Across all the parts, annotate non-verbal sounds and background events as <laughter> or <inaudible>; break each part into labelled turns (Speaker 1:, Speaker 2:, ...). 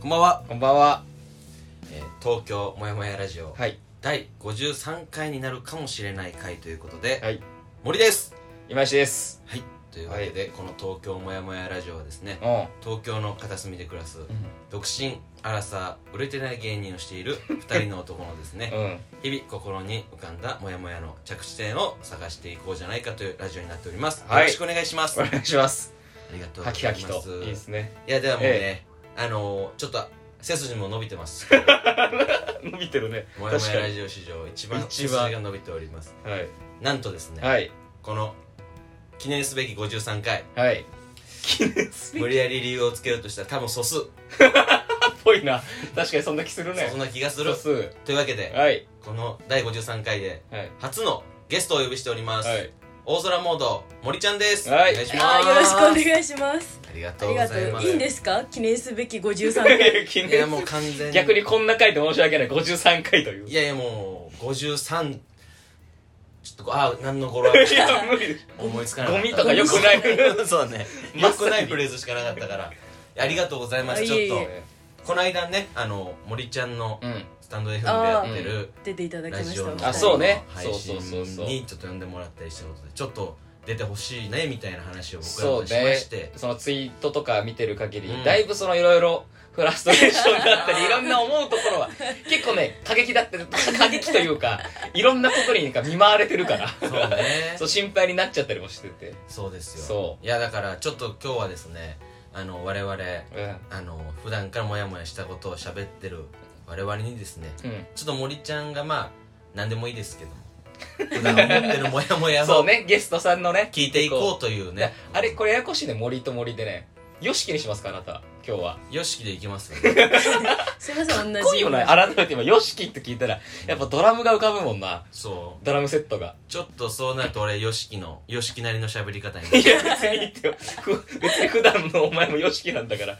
Speaker 1: こんばんは、
Speaker 2: こんばんは。
Speaker 1: えー東京もやもやラジオ、
Speaker 2: はい。
Speaker 1: 第53回になるかもしれない回ということで、
Speaker 2: はい。
Speaker 1: 森です
Speaker 2: 今石です。
Speaker 1: はいというわけで、この東京もやもやラジオはですね
Speaker 2: うん。
Speaker 1: 東京の片隅で暮らす独身荒さ売れてない芸人をしている2人の男のですね
Speaker 2: <laughs> うん。
Speaker 1: 日々心に浮かんだモヤモヤの着地点を探していこうじゃないかというラジオになっております、
Speaker 2: はい
Speaker 1: よろしくお願いします
Speaker 2: お
Speaker 1: あ
Speaker 2: 願いします。
Speaker 1: りがとうご
Speaker 2: ハキ
Speaker 1: ざい
Speaker 2: ハ
Speaker 1: ま
Speaker 2: キ
Speaker 1: す
Speaker 2: と。いいですね。 <laughs>
Speaker 1: いやではもうね、あのーちょっと背筋も伸びてます
Speaker 2: 伸びてるね。
Speaker 1: モヤ
Speaker 2: 確
Speaker 1: モ
Speaker 2: か
Speaker 1: ヤラ
Speaker 2: に。
Speaker 1: ジオ史上一番背
Speaker 2: 一番
Speaker 1: 筋が伸びております
Speaker 2: はい。
Speaker 1: なんとですね、
Speaker 2: はい。
Speaker 1: この記念すべき53回
Speaker 2: はい。記念すべき
Speaker 1: 無理やり理由をつけるとしたら多分素数そ
Speaker 2: っぽいな。確かにそんな気するね
Speaker 1: そ。んな気がする
Speaker 2: 素数
Speaker 1: というわけで
Speaker 2: はい。
Speaker 1: この第53回で
Speaker 2: はい。
Speaker 1: 初のゲストをお呼びしております、
Speaker 2: はい。
Speaker 1: 大空モード森ちゃんです、
Speaker 2: はい
Speaker 1: お願いします
Speaker 3: あーよろしくお願いします
Speaker 1: ありが
Speaker 3: あ
Speaker 1: とう
Speaker 3: り
Speaker 1: ご
Speaker 3: がと
Speaker 1: ざいま
Speaker 3: う
Speaker 1: す
Speaker 3: いいんですか記念すべき53
Speaker 2: <laughs>
Speaker 3: 回
Speaker 2: 記
Speaker 1: いや
Speaker 2: 念
Speaker 1: も
Speaker 2: す
Speaker 1: う完全に
Speaker 2: 逆にこんな回で申し訳ない。53回という。
Speaker 1: いやいやもう53ちょっとああ何の語呂合わ
Speaker 2: い
Speaker 1: せ
Speaker 2: や、無理。
Speaker 1: 思いつかなかった
Speaker 2: ゴミとか良くない
Speaker 1: <laughs> そうね
Speaker 2: ま
Speaker 1: 良
Speaker 2: さに
Speaker 1: くないフレーズしかなかったからありがとうございます
Speaker 3: あ
Speaker 1: ちょっと
Speaker 3: いえいえ
Speaker 1: この間ねあの森ちゃんの
Speaker 2: うん。
Speaker 1: スタンド FM でやってる
Speaker 3: 出ていただきま
Speaker 1: ラジ
Speaker 3: し
Speaker 1: オ
Speaker 3: た
Speaker 1: の
Speaker 2: あそうね
Speaker 1: 配信
Speaker 2: そうそうそうそう
Speaker 1: にちょっと呼んでもらったりしたことでちょっと出てほしいねみたいな話を僕ら
Speaker 2: そう
Speaker 1: としま
Speaker 2: ね
Speaker 1: して
Speaker 2: そのツイートとか見てる限り、
Speaker 1: うん
Speaker 2: だいぶそのいろいろフラストレーションだ
Speaker 1: <laughs>
Speaker 2: ったりいろんな思うところは結構ね過激だったり過激というかいろんなことになんか見舞われてるから
Speaker 1: そうね
Speaker 2: <laughs> そう心配になっちゃったりもしてて、
Speaker 1: そうですよ
Speaker 2: そう
Speaker 1: いやだからちょっと今日はですねあの我々
Speaker 2: うん
Speaker 1: あの普段からモヤモヤしたことを喋ってる我々にですねちょっと森ちゃんがまあ何でもいいですけども普段思ってるモヤモヤ
Speaker 2: そう
Speaker 1: を
Speaker 2: ねゲストさんのね
Speaker 1: 聞いていこうというね
Speaker 2: あれこれややこしいね森と森でねよしきにしますかあなた今日は
Speaker 1: よしきでいきます
Speaker 2: <laughs>
Speaker 3: すいません同
Speaker 2: 濃
Speaker 3: じ
Speaker 2: いよね改めて今よしきって聞いたらやっぱドラムが浮かぶもんな
Speaker 1: そう
Speaker 2: ドラムセットが
Speaker 1: ちょっとそうなると俺よしきのよしきなりの喋り
Speaker 2: <laughs>
Speaker 1: 方に
Speaker 2: いや別にいいってよふ別に普段のお前もよしきなんだから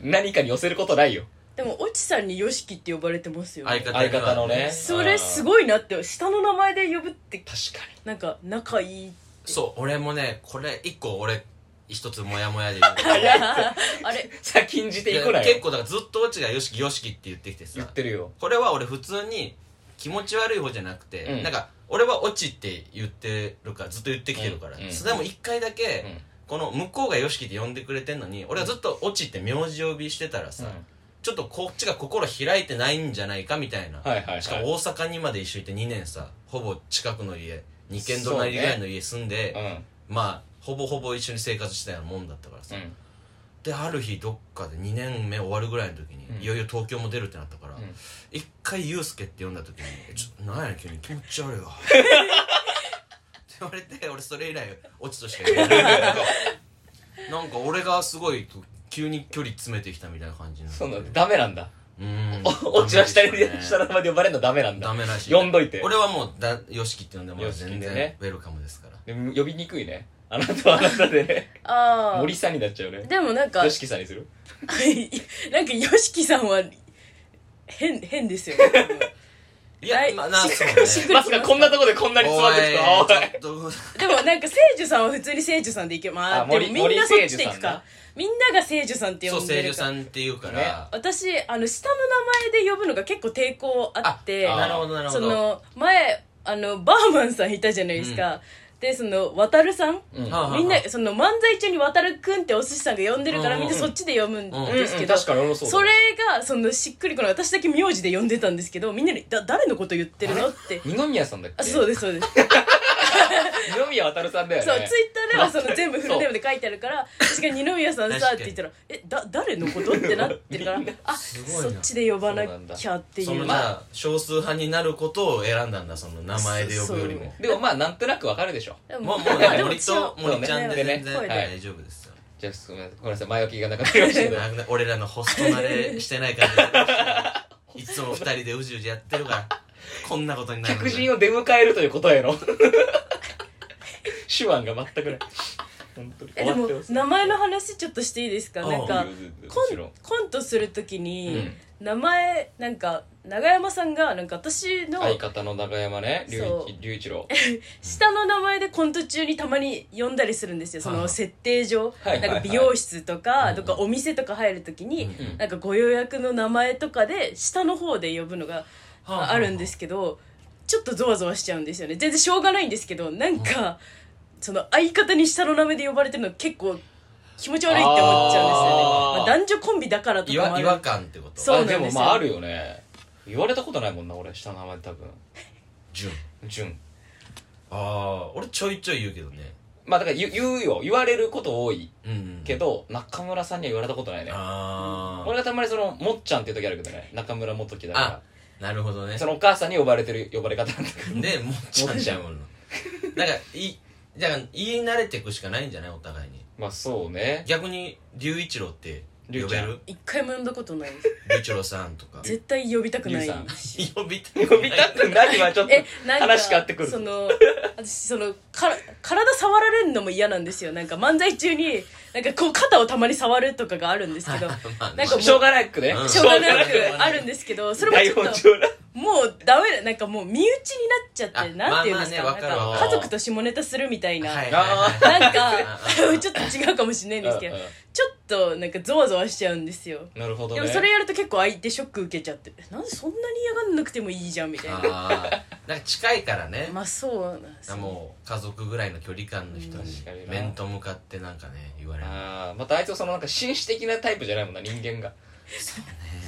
Speaker 2: 何かに寄せることないよ
Speaker 3: でもオチさんに YOSHIKI って呼ばれてますよ、
Speaker 1: 相
Speaker 3: ね、
Speaker 1: 方
Speaker 2: 相方のね
Speaker 3: それす
Speaker 2: い
Speaker 3: ごいなって下の名前で呼ぶって
Speaker 2: 確か
Speaker 3: なんか仲いい
Speaker 1: そう俺もねこれ一個俺一つモヤモヤで
Speaker 2: に <laughs> 早いって
Speaker 3: <laughs> あれ
Speaker 2: さあ禁じていく
Speaker 1: いや
Speaker 2: なよ
Speaker 1: 結構だからずっとオチがよしきよしきって言ってきて
Speaker 2: 言
Speaker 1: さ
Speaker 2: ってるよ
Speaker 1: これは俺普通に気持ち悪い方じゃなくて、
Speaker 2: うん
Speaker 1: なんか俺はオチって言ってるからずっと言ってきてるから、
Speaker 2: うんうん
Speaker 1: それでも一回だけ、
Speaker 2: うん
Speaker 1: この向こうが YOSHIKI って呼んでくれてんのに俺はずっと「オチ」って名字呼びしてたらさ、ちょっとこっちが心開いてないんじゃないかみたいな、
Speaker 2: はいはいはい
Speaker 1: しかも大阪にまで一緒いて2年さほぼ近くの家2軒隣ぐらいの家住んで、
Speaker 2: う
Speaker 1: まあほぼほぼ一緒に生活してたようなもんだったからさ、
Speaker 2: んうん
Speaker 1: である日どっかで2年目終わるぐらいの時に、
Speaker 2: うん
Speaker 1: いよいよ東京も出るってなったから、
Speaker 2: ん
Speaker 1: 一回ユースケって呼んだ時に「ちょなんやねん急に気持ち
Speaker 2: <laughs>
Speaker 1: 悪いわ」って言われて俺それ以来オチとしか言わないんだけどなんか俺がすごい急に距離詰めてきたみたいな感じにな
Speaker 2: そうなんだダメなんだ
Speaker 1: うー <laughs> ん
Speaker 2: お落ちは下に
Speaker 1: ダメでし
Speaker 2: 下
Speaker 1: た
Speaker 2: の
Speaker 1: ね
Speaker 2: 名前で呼ばれるのダメなんだ
Speaker 1: ダメらしい
Speaker 2: 呼んどいて
Speaker 1: 俺はもうだよしきって呼んでもらう全
Speaker 2: よしきで
Speaker 1: 然
Speaker 2: ね
Speaker 1: ウェルカムですから
Speaker 2: でも呼びにくいねあなたはあなたで
Speaker 3: <laughs>
Speaker 2: ね
Speaker 3: あ
Speaker 2: 森さんになっちゃうね
Speaker 3: あでもなんか
Speaker 2: よしきさんにする
Speaker 3: <laughs> はいなんか YOSHIKI さんは変変ですよね
Speaker 1: いや
Speaker 3: はい
Speaker 1: まあなそう <laughs> ね
Speaker 3: しっくり
Speaker 2: まさかこんなとこでこんなに詰まってき
Speaker 1: おい
Speaker 2: たおい
Speaker 1: ちょっと
Speaker 3: でもなんか聖樹さんは普通に聖樹さんでいけま
Speaker 2: あ
Speaker 3: あでも
Speaker 2: 森
Speaker 3: みんなそっちでい
Speaker 2: 森聖樹さ
Speaker 3: く
Speaker 2: んな
Speaker 3: かみんなが聖樹さんって
Speaker 1: そ
Speaker 3: 呼
Speaker 1: うん
Speaker 3: で
Speaker 1: 聖
Speaker 3: る
Speaker 1: 女
Speaker 3: から
Speaker 1: さんっていうから、
Speaker 2: ね
Speaker 3: 私あの下の名前で呼ぶのが結構抵抗あって
Speaker 1: あなるほどなるほ
Speaker 3: そ
Speaker 1: ど
Speaker 3: の前あのバーマンさんいたじゃないですか、でその渡るさん
Speaker 2: うん
Speaker 1: はあはあはあ
Speaker 3: みんなその漫才中に渡るくんってお寿司さんが呼んでるから
Speaker 1: うんう
Speaker 3: み
Speaker 1: ん
Speaker 3: んなそっちで呼ぶん
Speaker 1: うん
Speaker 3: ですけ
Speaker 2: うん
Speaker 3: ど
Speaker 2: 確かに俺もそうだ
Speaker 3: それがそのしっくりこない私だけ名字で呼んでたんですけどみんなにだ誰のこと言ってるのって
Speaker 2: 二宮さんだっけ
Speaker 3: あそうですそうです
Speaker 2: 二宮渉さんだよね
Speaker 3: そうツイッターではその全部フルネームで書いてあるから「確かに二宮さんさ」って言ったら「えだ誰のこと?」ってなってるからあ
Speaker 1: ごい
Speaker 3: そ
Speaker 1: な
Speaker 3: っちで呼ばなきゃってい
Speaker 1: その
Speaker 3: う
Speaker 1: じゃあ少数派になることを選んだんだその名前で呼ぶよりも
Speaker 2: でもまあなんとなくわかるでしょ
Speaker 3: で
Speaker 1: もうもう
Speaker 3: でも
Speaker 1: 森と
Speaker 3: 一応
Speaker 1: 森ちゃんで
Speaker 2: そうね
Speaker 1: 全然
Speaker 3: はい
Speaker 1: 大丈夫ですよ
Speaker 2: じゃあごめんなさいごめんなさい前置きがなくなりましたけ
Speaker 1: <laughs>
Speaker 2: ど
Speaker 1: なんか俺らのホスト慣れ <laughs> してない感じでいつも二人でうじうじやってるからこんなことになる
Speaker 2: 客人
Speaker 1: を
Speaker 2: <laughs> を出迎えるということへの手腕が全くない本当に
Speaker 3: えで
Speaker 2: 終わ
Speaker 3: も
Speaker 2: ってます
Speaker 3: 名前の話ちょっとしていいですか
Speaker 1: あ
Speaker 3: なんか
Speaker 2: いいよ全然も
Speaker 3: コ
Speaker 2: ち
Speaker 3: ン
Speaker 2: ろん
Speaker 3: コントするとき
Speaker 2: う
Speaker 3: に
Speaker 2: ん
Speaker 3: 名前なんか永山さんがなんか私の
Speaker 2: 相方の永山ね龍一
Speaker 3: そう
Speaker 2: 龍一郎
Speaker 3: 下の名前でコント中にたまに呼んだりするんですよそ
Speaker 1: はいは
Speaker 3: の
Speaker 1: い
Speaker 3: 設定上
Speaker 2: はいは
Speaker 3: ないん
Speaker 2: はい
Speaker 3: か美容室と
Speaker 1: うんう
Speaker 3: か
Speaker 1: ん
Speaker 3: とかお店とか入るときに
Speaker 1: うん
Speaker 3: なんかご予約の名前とかで下の方で呼ぶのが
Speaker 1: はは
Speaker 3: あるんですけどちょっとゾワゾワしちゃうんですよね全然しょうがないんですけどなんかその相方に下の名前で呼ばれてるの結構気持ち悪いって思っちゃ
Speaker 2: あー
Speaker 3: うんですよね、まあ、男女コンビだからと
Speaker 1: 違
Speaker 3: かも
Speaker 1: 和
Speaker 3: あ
Speaker 1: 違
Speaker 3: る
Speaker 1: 和感ってこと
Speaker 3: そうなん
Speaker 2: あ
Speaker 3: です
Speaker 2: で
Speaker 3: よ
Speaker 2: もまああるよね言われたことないもんな俺下の名前多分
Speaker 1: 純
Speaker 2: 純
Speaker 1: ああ俺ちょいちょい言うけどね
Speaker 2: まあだから言う言うよ言われること多い
Speaker 1: うんうん
Speaker 2: けど中村さんには言われたことないね
Speaker 1: あ
Speaker 2: 俺がたまにそのもっちゃんっていう時あるけどね中村元樹だ
Speaker 1: あ
Speaker 2: か
Speaker 1: あなるほどね
Speaker 2: らそのお母さんに呼ばれてる呼ばれ方なんだけど
Speaker 1: ねもっちゃんじゃんもんなだからいだから言い慣れていくしかないんじゃないお互いに
Speaker 2: まあそうね
Speaker 1: 逆に龍一郎って呼べ
Speaker 2: 龍ちゃん
Speaker 1: る
Speaker 3: 一回も呼んだことないです
Speaker 1: 龍一郎さんとか
Speaker 3: <laughs> 絶対呼びたくない
Speaker 2: ゆうさん
Speaker 1: 呼びた
Speaker 2: 呼びたくないはちょっと
Speaker 3: えなんか
Speaker 2: 話変わってくる
Speaker 3: その私そのから体触られるのも嫌なんですよなんか漫才中になんかこう肩をたまに触るとかがあるんですけど
Speaker 1: <laughs> まあ
Speaker 3: なんかもう
Speaker 2: しょうがなくね
Speaker 1: うん
Speaker 3: しょうが
Speaker 1: しょうが
Speaker 3: な
Speaker 1: な
Speaker 3: く
Speaker 1: く
Speaker 3: あるんですけどそれも
Speaker 2: 台
Speaker 3: ちょ
Speaker 2: 本
Speaker 3: っと
Speaker 2: 上だ
Speaker 3: もうダメだなんかもう身内になっちゃっ
Speaker 1: あ
Speaker 3: てなんて言うんですか,、
Speaker 1: まあまあね
Speaker 3: な
Speaker 1: わ
Speaker 3: ん
Speaker 1: か
Speaker 2: る
Speaker 3: か
Speaker 2: わ
Speaker 3: 家族と下ネタするみたいな、
Speaker 1: はいはい
Speaker 2: あ
Speaker 1: はい
Speaker 3: なん
Speaker 1: あ
Speaker 3: か
Speaker 1: あ
Speaker 3: ちょっと違うかもしれないんですけど
Speaker 2: うんうん
Speaker 3: ちょっとなんかゾワゾワしちゃうんですよ
Speaker 2: なるほど
Speaker 3: で
Speaker 2: ね
Speaker 3: もそれやると結構相手ショック受けちゃってえなんでそんなに嫌がんなくてもいいじゃんみたいな
Speaker 1: あーなんか近いからね、
Speaker 3: まあそうなんですよね
Speaker 1: もう家族ぐらいの距離感の人に
Speaker 2: 確かにな
Speaker 1: 面と向かってなんかね言われる
Speaker 2: あーまたあいつはそのなんか紳士的なタイプじゃないもんな人間が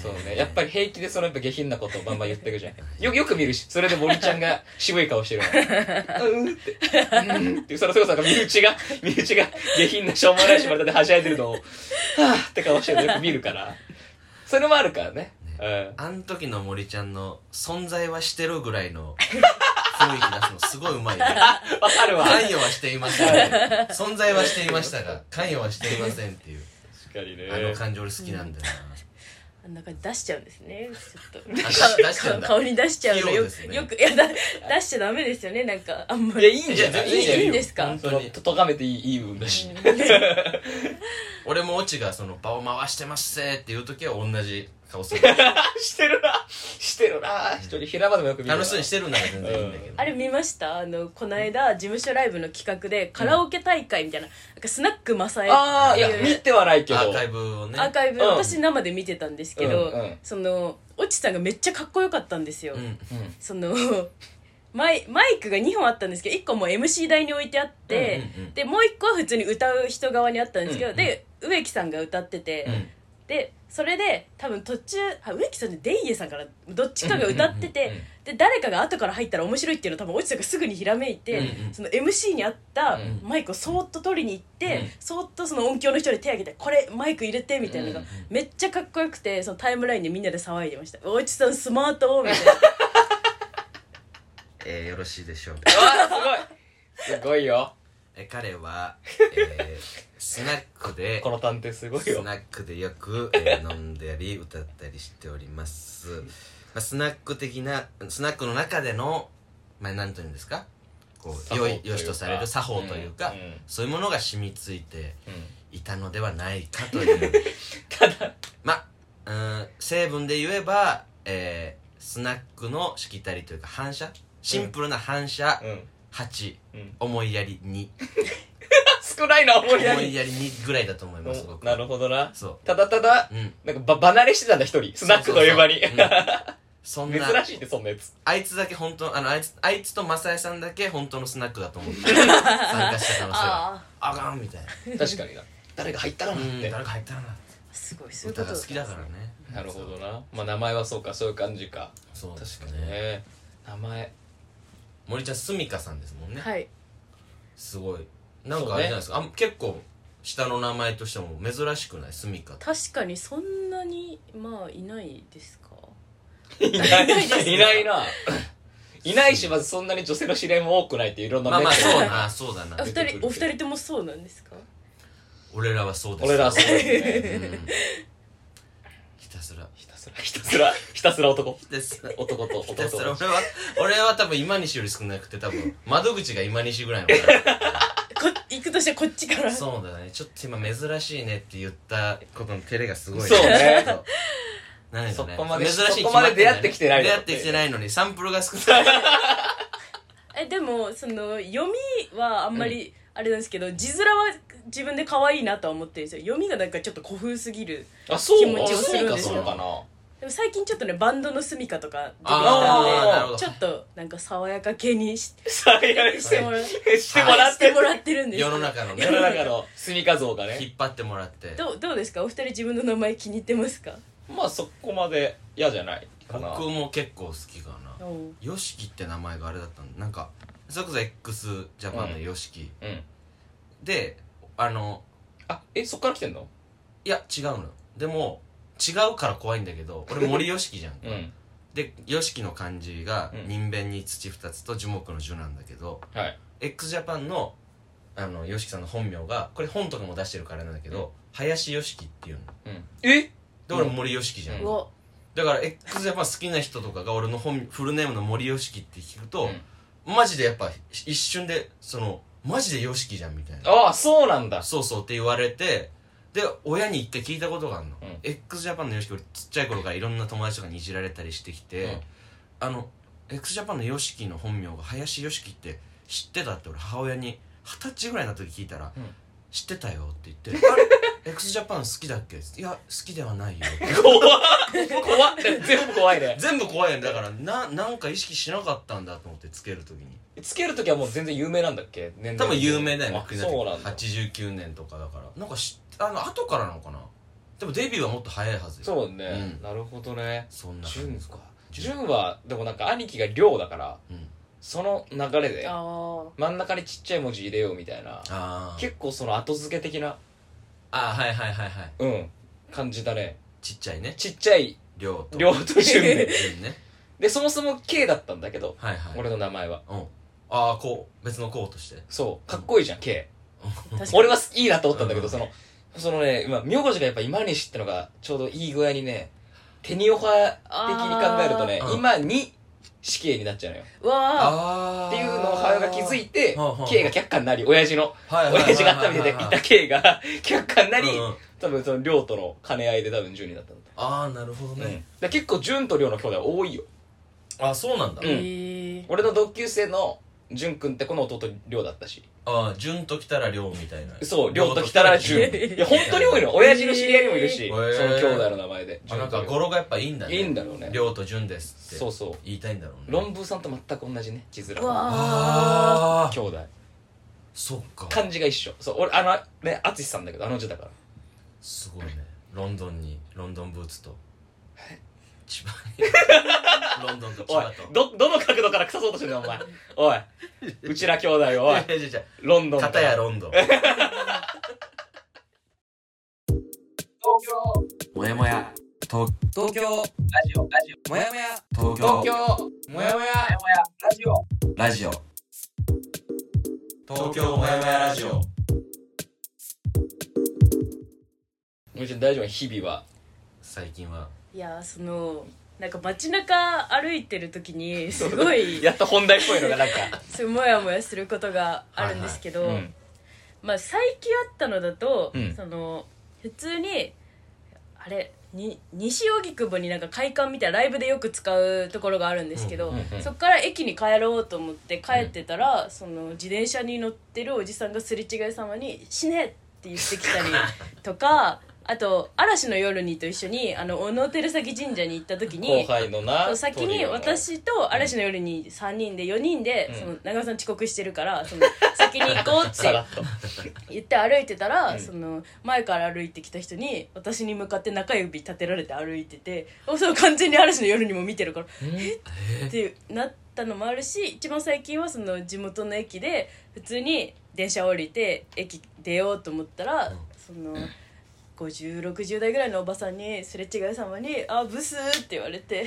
Speaker 2: そうねやっぱり平気でそのやっぱ下品なことをバンバン言ってくじゃんよよく見るしそれで森ちゃんが渋い顔してるのうんってうんってそのそれこそなんか身内が身内が下品なしょうもないしまたではしゃいでるのをはあって顔してるのよく見るからそれもあるからねうん
Speaker 1: あん時の森ちゃんの存在はしてるぐらいの雰囲気出すのすごいうまい <laughs> ね
Speaker 2: わかるわ
Speaker 1: 関与はしていません存在はしていましたが関与はしていませんっていう
Speaker 2: 確かにね
Speaker 1: あの感じ俺好きなんだよ
Speaker 3: あんな感じ出しちゃうんですねちょっと
Speaker 1: 出し出してんだ
Speaker 3: 顔に出しちゃうの
Speaker 1: 器用
Speaker 3: よ,、
Speaker 1: ですね
Speaker 3: よくいやだ出しちゃダメですよねなんかあんま
Speaker 2: いやい
Speaker 3: り
Speaker 2: いんじゃない
Speaker 1: い
Speaker 2: 全
Speaker 1: や全
Speaker 2: 然
Speaker 1: 然
Speaker 3: いいんですか
Speaker 2: よそのととがめていいいい運だし
Speaker 1: な俺もオチがその場を回してますせーっていう時は同じ顔 <laughs> する
Speaker 2: してるなしてるな一人平場でもよく見るな
Speaker 1: 楽しそうにしてるなら全然いいんだけど
Speaker 3: あれ見ましたあのこの間事務所ライブの企画でカラオケ大会みたいな,、なんかスナックマサエ
Speaker 2: ああいや
Speaker 3: っていう
Speaker 2: 見てはないけど
Speaker 1: アーカイブをね
Speaker 3: アーカイブ、
Speaker 2: うん
Speaker 3: 私生で見てたんですけど、
Speaker 2: うんうん
Speaker 3: そのオチさんがめっちゃかっこよかったんですよ、
Speaker 1: うん
Speaker 2: うん
Speaker 3: その <laughs> マイマイクが2本あったんですけど1個もう MC 台に置いてあって、
Speaker 1: うんうんうん
Speaker 3: でもう1個は普通に歌う人側にあったんですけど、
Speaker 2: うんうん
Speaker 3: で植木さんが歌ってて、
Speaker 1: うん
Speaker 3: でそれで多分途中あ植木さんでデイエさんからどっちかが歌ってて、
Speaker 1: うんうんうん
Speaker 3: で誰かが後から入ったら面白いっていうのを多分オチさんがすぐにひらめいて、
Speaker 1: うんうん
Speaker 3: その MC にあった
Speaker 2: うん
Speaker 3: マイクをそーっと取りに行って、
Speaker 1: うん
Speaker 3: そーっとその音響の人に手を挙げて「これマイク入れて」みたいなのが、
Speaker 2: うん
Speaker 3: めっちゃかっこよくてそのタイムラインでみんなで騒いでました「オチさんスマート」みたいな。
Speaker 1: <laughs> えーよろしいでしょうか
Speaker 2: あすごいすごいよ
Speaker 1: え彼は、えースナックで
Speaker 2: この探偵すごい
Speaker 1: ス
Speaker 2: よ
Speaker 1: ナックでよく、えー飲んだり歌ったりしております、まあ、スナック的なスナックの中での、まあ、なんというんですかこう
Speaker 2: 作法
Speaker 1: 良
Speaker 2: とい
Speaker 1: いう
Speaker 2: か
Speaker 1: 良しとされる作法というか、
Speaker 2: うんうん
Speaker 1: そういうものが染みついて
Speaker 2: うん
Speaker 1: いたのではないかという
Speaker 2: <laughs> ただ
Speaker 1: まあうん成分で言えば、えースナックのしきたりというか反射シンプルな反射
Speaker 2: うん
Speaker 1: 8、
Speaker 2: うん
Speaker 1: 思いやり2
Speaker 2: 少ないな思いや
Speaker 1: 思い
Speaker 2: り
Speaker 1: やり2ぐらいだと思います僕
Speaker 2: なるほどな
Speaker 1: そ
Speaker 2: ただただ
Speaker 1: ううん
Speaker 2: なんかば離れしてたんだ一人スナックという場
Speaker 1: そう
Speaker 2: に
Speaker 1: そうそううんそんな
Speaker 2: <laughs> 珍しいってそんなやつ
Speaker 1: <laughs> あいつだけ本当あのあいつあいつとマサエさんだけ本当のスナックだと思って参加してたのそれが
Speaker 3: あ
Speaker 1: あかんみたいな
Speaker 2: 確かにな誰が入ったの
Speaker 1: う
Speaker 2: なっ
Speaker 1: ん
Speaker 2: て
Speaker 1: 誰か入ったらな
Speaker 3: すごいそういうこ
Speaker 1: 歌
Speaker 3: と
Speaker 1: が好きだからね
Speaker 2: なるほどなまあ名前はそうかそういう感じか
Speaker 1: そう
Speaker 2: 確
Speaker 1: 確
Speaker 2: か
Speaker 1: か
Speaker 2: に
Speaker 1: にね
Speaker 2: ね名前
Speaker 1: 森ちゃんすみかさんですもんね
Speaker 3: はい
Speaker 1: すごいなんかあれじゃないですかあん結構下の名前としても珍しくないすみかって
Speaker 3: 確かにそんなにまあいないですか
Speaker 2: いないいないないないしまずそんなに女性の知り合いも多くないっていういろんな
Speaker 1: まあまあ
Speaker 2: 面
Speaker 1: そうだなそうだな
Speaker 3: あ二
Speaker 2: 出てくる
Speaker 3: 人お二人ともそうなんですか
Speaker 1: 俺らはそうです
Speaker 2: 俺らはそう
Speaker 1: う
Speaker 2: ですね
Speaker 1: んひたすら
Speaker 2: ひたすらひたすらひたすら男
Speaker 1: ひたすら
Speaker 2: 男と
Speaker 1: ひ
Speaker 2: 男
Speaker 1: たすら
Speaker 2: と
Speaker 1: 俺
Speaker 2: <laughs>
Speaker 1: は俺は多分今西より少なくて多分窓口が今西ぐらいの
Speaker 3: こ行くとしてこっちから
Speaker 1: そうだねちょっと今珍しいねって言ったことの照れがすごい
Speaker 2: そうね
Speaker 1: そうないよね
Speaker 2: そこまで
Speaker 1: 珍しいに決
Speaker 2: そこま
Speaker 1: っ
Speaker 2: で
Speaker 1: てんだよね
Speaker 2: 出会ってきてないの
Speaker 1: 出会ってきてないのにサンプルが少ない
Speaker 3: えでもその読みはあんまりあれなんですけど、字面は自分で可愛いなとは思ってるんですよ読みがなんかちょっと古風すぎる
Speaker 2: あそう
Speaker 3: 気持ちをするん
Speaker 2: あ
Speaker 3: ですよ
Speaker 2: そうかそうかな
Speaker 3: でも最近ちょっとねバンドの住みかとか出てき
Speaker 2: あーな
Speaker 3: た
Speaker 2: る
Speaker 3: ん
Speaker 1: ほ
Speaker 3: で
Speaker 1: ど
Speaker 3: ちょっとなんか爽やか系にし
Speaker 2: 最悪
Speaker 3: してもらっ
Speaker 2: してもらっ
Speaker 3: しててもらってるんです
Speaker 1: 世の中のね
Speaker 2: 世の中の住みか像が
Speaker 1: 引
Speaker 2: ね
Speaker 1: っ張ってもらって
Speaker 3: どうどうですかお二人自分の名前気に入ってますか
Speaker 2: まあそこまで嫌じゃないかな
Speaker 1: 僕も結構好きかな
Speaker 3: おう
Speaker 1: YOSHIKI って名前があれだったのなんかそれこそ x ジャパンの YOSHIKI、
Speaker 2: うん
Speaker 1: であの
Speaker 2: あえそっから来てんの
Speaker 1: いや違うのよでも違うから怖いんだけど俺森 YOSHIKI じゃん
Speaker 2: うん
Speaker 1: で YOSHIKI の漢字が
Speaker 2: うん
Speaker 1: 人弁に土二つと樹木の樹なんだけど
Speaker 2: はい
Speaker 1: x ジャパンのあの YOSHIKI さんの本名がこれ本とかも出してるからなんだけど、林 YOSHIKI っていうの
Speaker 2: うんえ
Speaker 1: で俺森 YOSHIKI じゃん、
Speaker 2: うん
Speaker 3: うわ
Speaker 1: だから x ジャパン好きな人とかが俺の本フルネームの森 YOSHIKI って聞くと、
Speaker 2: うん
Speaker 1: マジでやっぱ一瞬でそのマジで YOSHIKI じゃんみたいな
Speaker 2: ああそうなんだ
Speaker 1: そうそうって言われてで親に一回聞いたことがあるの、
Speaker 2: うん
Speaker 1: x ジャパンの YOSHIKI 俺ちっちゃい頃からいろんな友達とかにいじられたりしてきて、
Speaker 2: うん
Speaker 1: あの x ジャパンの YOSHIKI の本名が林 YOSHIKI って知ってたって俺母親に二十歳ぐらいの時聞いたら、
Speaker 2: うん
Speaker 1: 知ってたよって言って「あれ x ジャパン好きだっけ?」いや好きではないよ」
Speaker 2: 怖っ怖っ <laughs> 全部怖いね
Speaker 1: 全部怖いんだからななんか意識しなかったんだと思ってつける時に
Speaker 2: つけるときはもう全然有名なんだっけ年
Speaker 1: 多
Speaker 2: 代
Speaker 1: 分有名だよね
Speaker 2: あ
Speaker 1: 国内的に
Speaker 2: そうなんだ
Speaker 1: 89年とかだからなんか知っあの後からなのかなでもデビューはもっと早いはずよ
Speaker 2: そうね
Speaker 1: うん
Speaker 2: なるほどね
Speaker 1: そんな感
Speaker 2: 潤
Speaker 1: じ
Speaker 2: か
Speaker 1: 純
Speaker 2: 潤はでもなんか兄貴が亮だから
Speaker 1: うん
Speaker 2: その流れで
Speaker 3: あ
Speaker 2: 真ん中にちっちゃい文字入れようみたいな
Speaker 1: あー
Speaker 2: 結構その後付け的な
Speaker 1: あーはいはいはいはい
Speaker 2: うん感じだね
Speaker 1: ちっちゃいね
Speaker 2: ちっちゃい
Speaker 1: 量と
Speaker 2: 亮と潤で
Speaker 1: <laughs> 順ね
Speaker 2: でそもそも K だったんだけど
Speaker 1: はいはい
Speaker 2: 俺の名前は
Speaker 1: うんああこう別のこうとして
Speaker 2: そうかっこいいじゃん K
Speaker 3: あ確かに
Speaker 2: 俺はいいなと思ったんだけど
Speaker 1: うん
Speaker 2: そのそのねまあ名字がやっぱ今西ってのがちょうどいい具合にね手にオファー的に考えるとね
Speaker 1: あーうん
Speaker 2: 今に死刑になっちゃうのよ
Speaker 3: うわあ
Speaker 1: ああ
Speaker 2: っていうのを母親が気づいて
Speaker 1: はあはあ
Speaker 2: K が却下になり親父の
Speaker 1: はいはいはいはいはい
Speaker 2: 親父が頭にいた K が却下になり
Speaker 1: うんうん
Speaker 2: 多分その亮との兼ね合いで多分10になったんだ
Speaker 1: ああなるほど
Speaker 2: うんだか
Speaker 1: ね
Speaker 2: ら結構潤と亮の兄弟は多いよ
Speaker 1: ああそうなんだ
Speaker 2: うん
Speaker 3: へえ
Speaker 2: 俺の同級生の潤くんってこの弟亮だったし
Speaker 1: ああ順ときたら量みたいな
Speaker 2: そう亮と来たら潤いや本当に多いの親父の知り合いにもいるし
Speaker 1: へ
Speaker 2: そ
Speaker 1: ー
Speaker 2: の兄弟の名前で
Speaker 1: <laughs> あなんか
Speaker 2: 潤と
Speaker 1: 語呂がやっぱいいんだ
Speaker 2: 亮
Speaker 1: ね
Speaker 2: いいんだろうね
Speaker 1: 量と順ですって
Speaker 2: そうそう
Speaker 1: 言いたいんだろうね
Speaker 2: 論文さんと全く同じね字面
Speaker 3: うわ
Speaker 1: あ
Speaker 2: 兄
Speaker 1: あ
Speaker 2: 弟
Speaker 1: そっか
Speaker 2: 漢字が一緒そう俺あのね淳さんだけどあの字だから
Speaker 1: すごいねロンドンにロンドンブーツと千葉
Speaker 2: <laughs>
Speaker 1: にロンドンと千
Speaker 2: おい
Speaker 1: 葉と
Speaker 2: どどの角度から腐そうとしてんだお前 <laughs> おいうちら兄弟 <laughs> をおい
Speaker 1: いやいやいやい
Speaker 2: ロンド
Speaker 1: や
Speaker 2: ン
Speaker 1: 片やロンドン
Speaker 2: もやもや東東京ラジオラジオもやもや東京もやもや
Speaker 1: ラジオ東京もやもやラジオ
Speaker 2: もちろん大丈夫日々は
Speaker 1: 最近はい
Speaker 3: やそのなんか街中歩いてる時にすごい
Speaker 2: <laughs> やっと本題っぽいのがなんか
Speaker 3: すごいモヤモヤすることがあるんですけど、
Speaker 2: うん
Speaker 3: まあ最近あったのだと、
Speaker 2: うん
Speaker 3: その普通にあれに西荻窪になんか会館みたいなライブでよく使うところがあるんですけど、
Speaker 2: うんうんうん
Speaker 3: そっから駅に帰ろうと思って帰ってたら、その自転車に乗ってるおじさんがすれ違い様に「死ね!」って言ってきたりとかあと「嵐の夜に」と一緒にあの小野照崎神社に行った時
Speaker 2: 後
Speaker 3: に。
Speaker 2: 輩のな
Speaker 3: 先に私と嵐の夜に3人で4人で、
Speaker 2: うん
Speaker 3: その長尾さん遅刻してるからその先に行こうっ
Speaker 2: さ
Speaker 3: て
Speaker 2: <laughs> らっと
Speaker 3: 言って歩いてたら、
Speaker 2: うん
Speaker 3: その前から歩いてきた人に私に向かって中指立てられて歩いててそう完全に嵐の夜にも見てるからってなったのもあるし一番最近はその地元の駅で普通に電車降りて駅出ようと思ったら、
Speaker 1: うん
Speaker 3: その。5060代ぐらいのおばさんにすれ違い様に「あブス」って言われて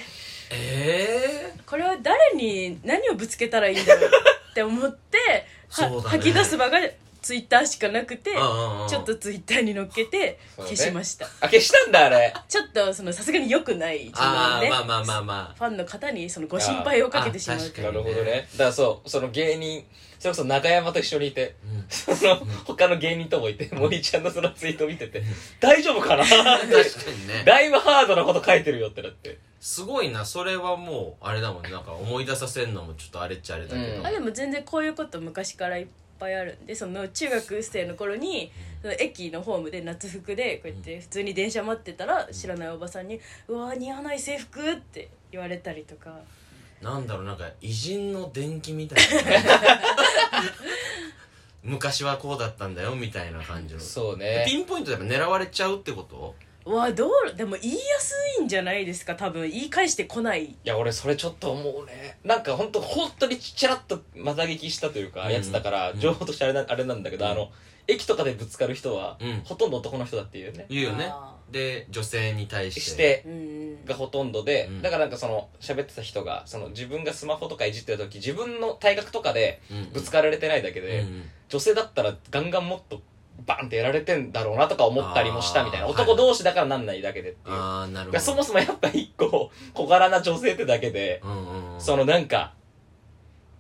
Speaker 1: ええ
Speaker 3: これは誰に何をぶつけたらいいんだろうって思って
Speaker 1: <laughs> そうだね
Speaker 3: は吐き出す場がツイッターしかなくて
Speaker 1: うんうんうん
Speaker 3: ちょっとツイッターに乗っけて
Speaker 2: そうね
Speaker 3: 消しました、
Speaker 2: あ消したんだあ <laughs> れ
Speaker 3: ちょっとそのさすがに良くない自分
Speaker 1: ああ
Speaker 3: で、
Speaker 1: まあまあまあま
Speaker 3: ファンの方にそのご心配をかけてしまう
Speaker 1: ああ確
Speaker 2: なるほどねだからそうその芸人それこそ中山と一緒にいて
Speaker 1: あ、うん
Speaker 2: その他の芸人ともいて森ちゃんのそのツイート見てて大丈夫かなって
Speaker 1: 確かにね
Speaker 2: だいぶハードなこと書いてるよってなって
Speaker 1: すごいなそれはもうあれだもんねなんか思い出させるのもちょっとあれっちゃあれだけど、
Speaker 2: うん
Speaker 3: あでも全然こういうこと昔からいっぱいあるんでその中学生の頃にその駅のホームで夏服でこうやって普通に電車待ってたら知らないおばさんに「うわー似合わない制服」って言われたりとか
Speaker 1: なんだろうなんか偉人の伝記みたいな <laughs> 昔はこうだったんだよみたいな感じの
Speaker 2: そうね
Speaker 1: ピンポイントでやっぱ狙われちゃうってこと
Speaker 3: うわーどうでも言いやすいんじゃないですか多分言い返してこない
Speaker 2: いや俺それちょっと思うねなんか本当本当にちらっとまた撃したというか
Speaker 1: うん
Speaker 2: やつだから
Speaker 1: うん
Speaker 2: 情報としてあれなあれなんだけどあの駅とかでぶつかる人は
Speaker 1: うん
Speaker 2: ほとんど男の人だっていうね
Speaker 1: 言うよね
Speaker 3: あ
Speaker 1: で女性に対して
Speaker 2: して
Speaker 3: ーうん
Speaker 2: がほとんどで、
Speaker 1: うん
Speaker 2: だからなんかその喋ってた人がその自分がスマホとかいじってる時自分の体格とかでぶつ
Speaker 1: か
Speaker 2: かられてないだけで、女性だったらガンガンもっとバンってやられてんだろうなとか思ったりもしたみたいな
Speaker 1: あー
Speaker 2: 男同士だからなんないだけでっていう、
Speaker 1: ああなるほ
Speaker 2: だか
Speaker 1: ど
Speaker 2: らそもそもやっぱ一個小柄な女性ってだけで、
Speaker 1: うんうんうん、
Speaker 2: そのなんか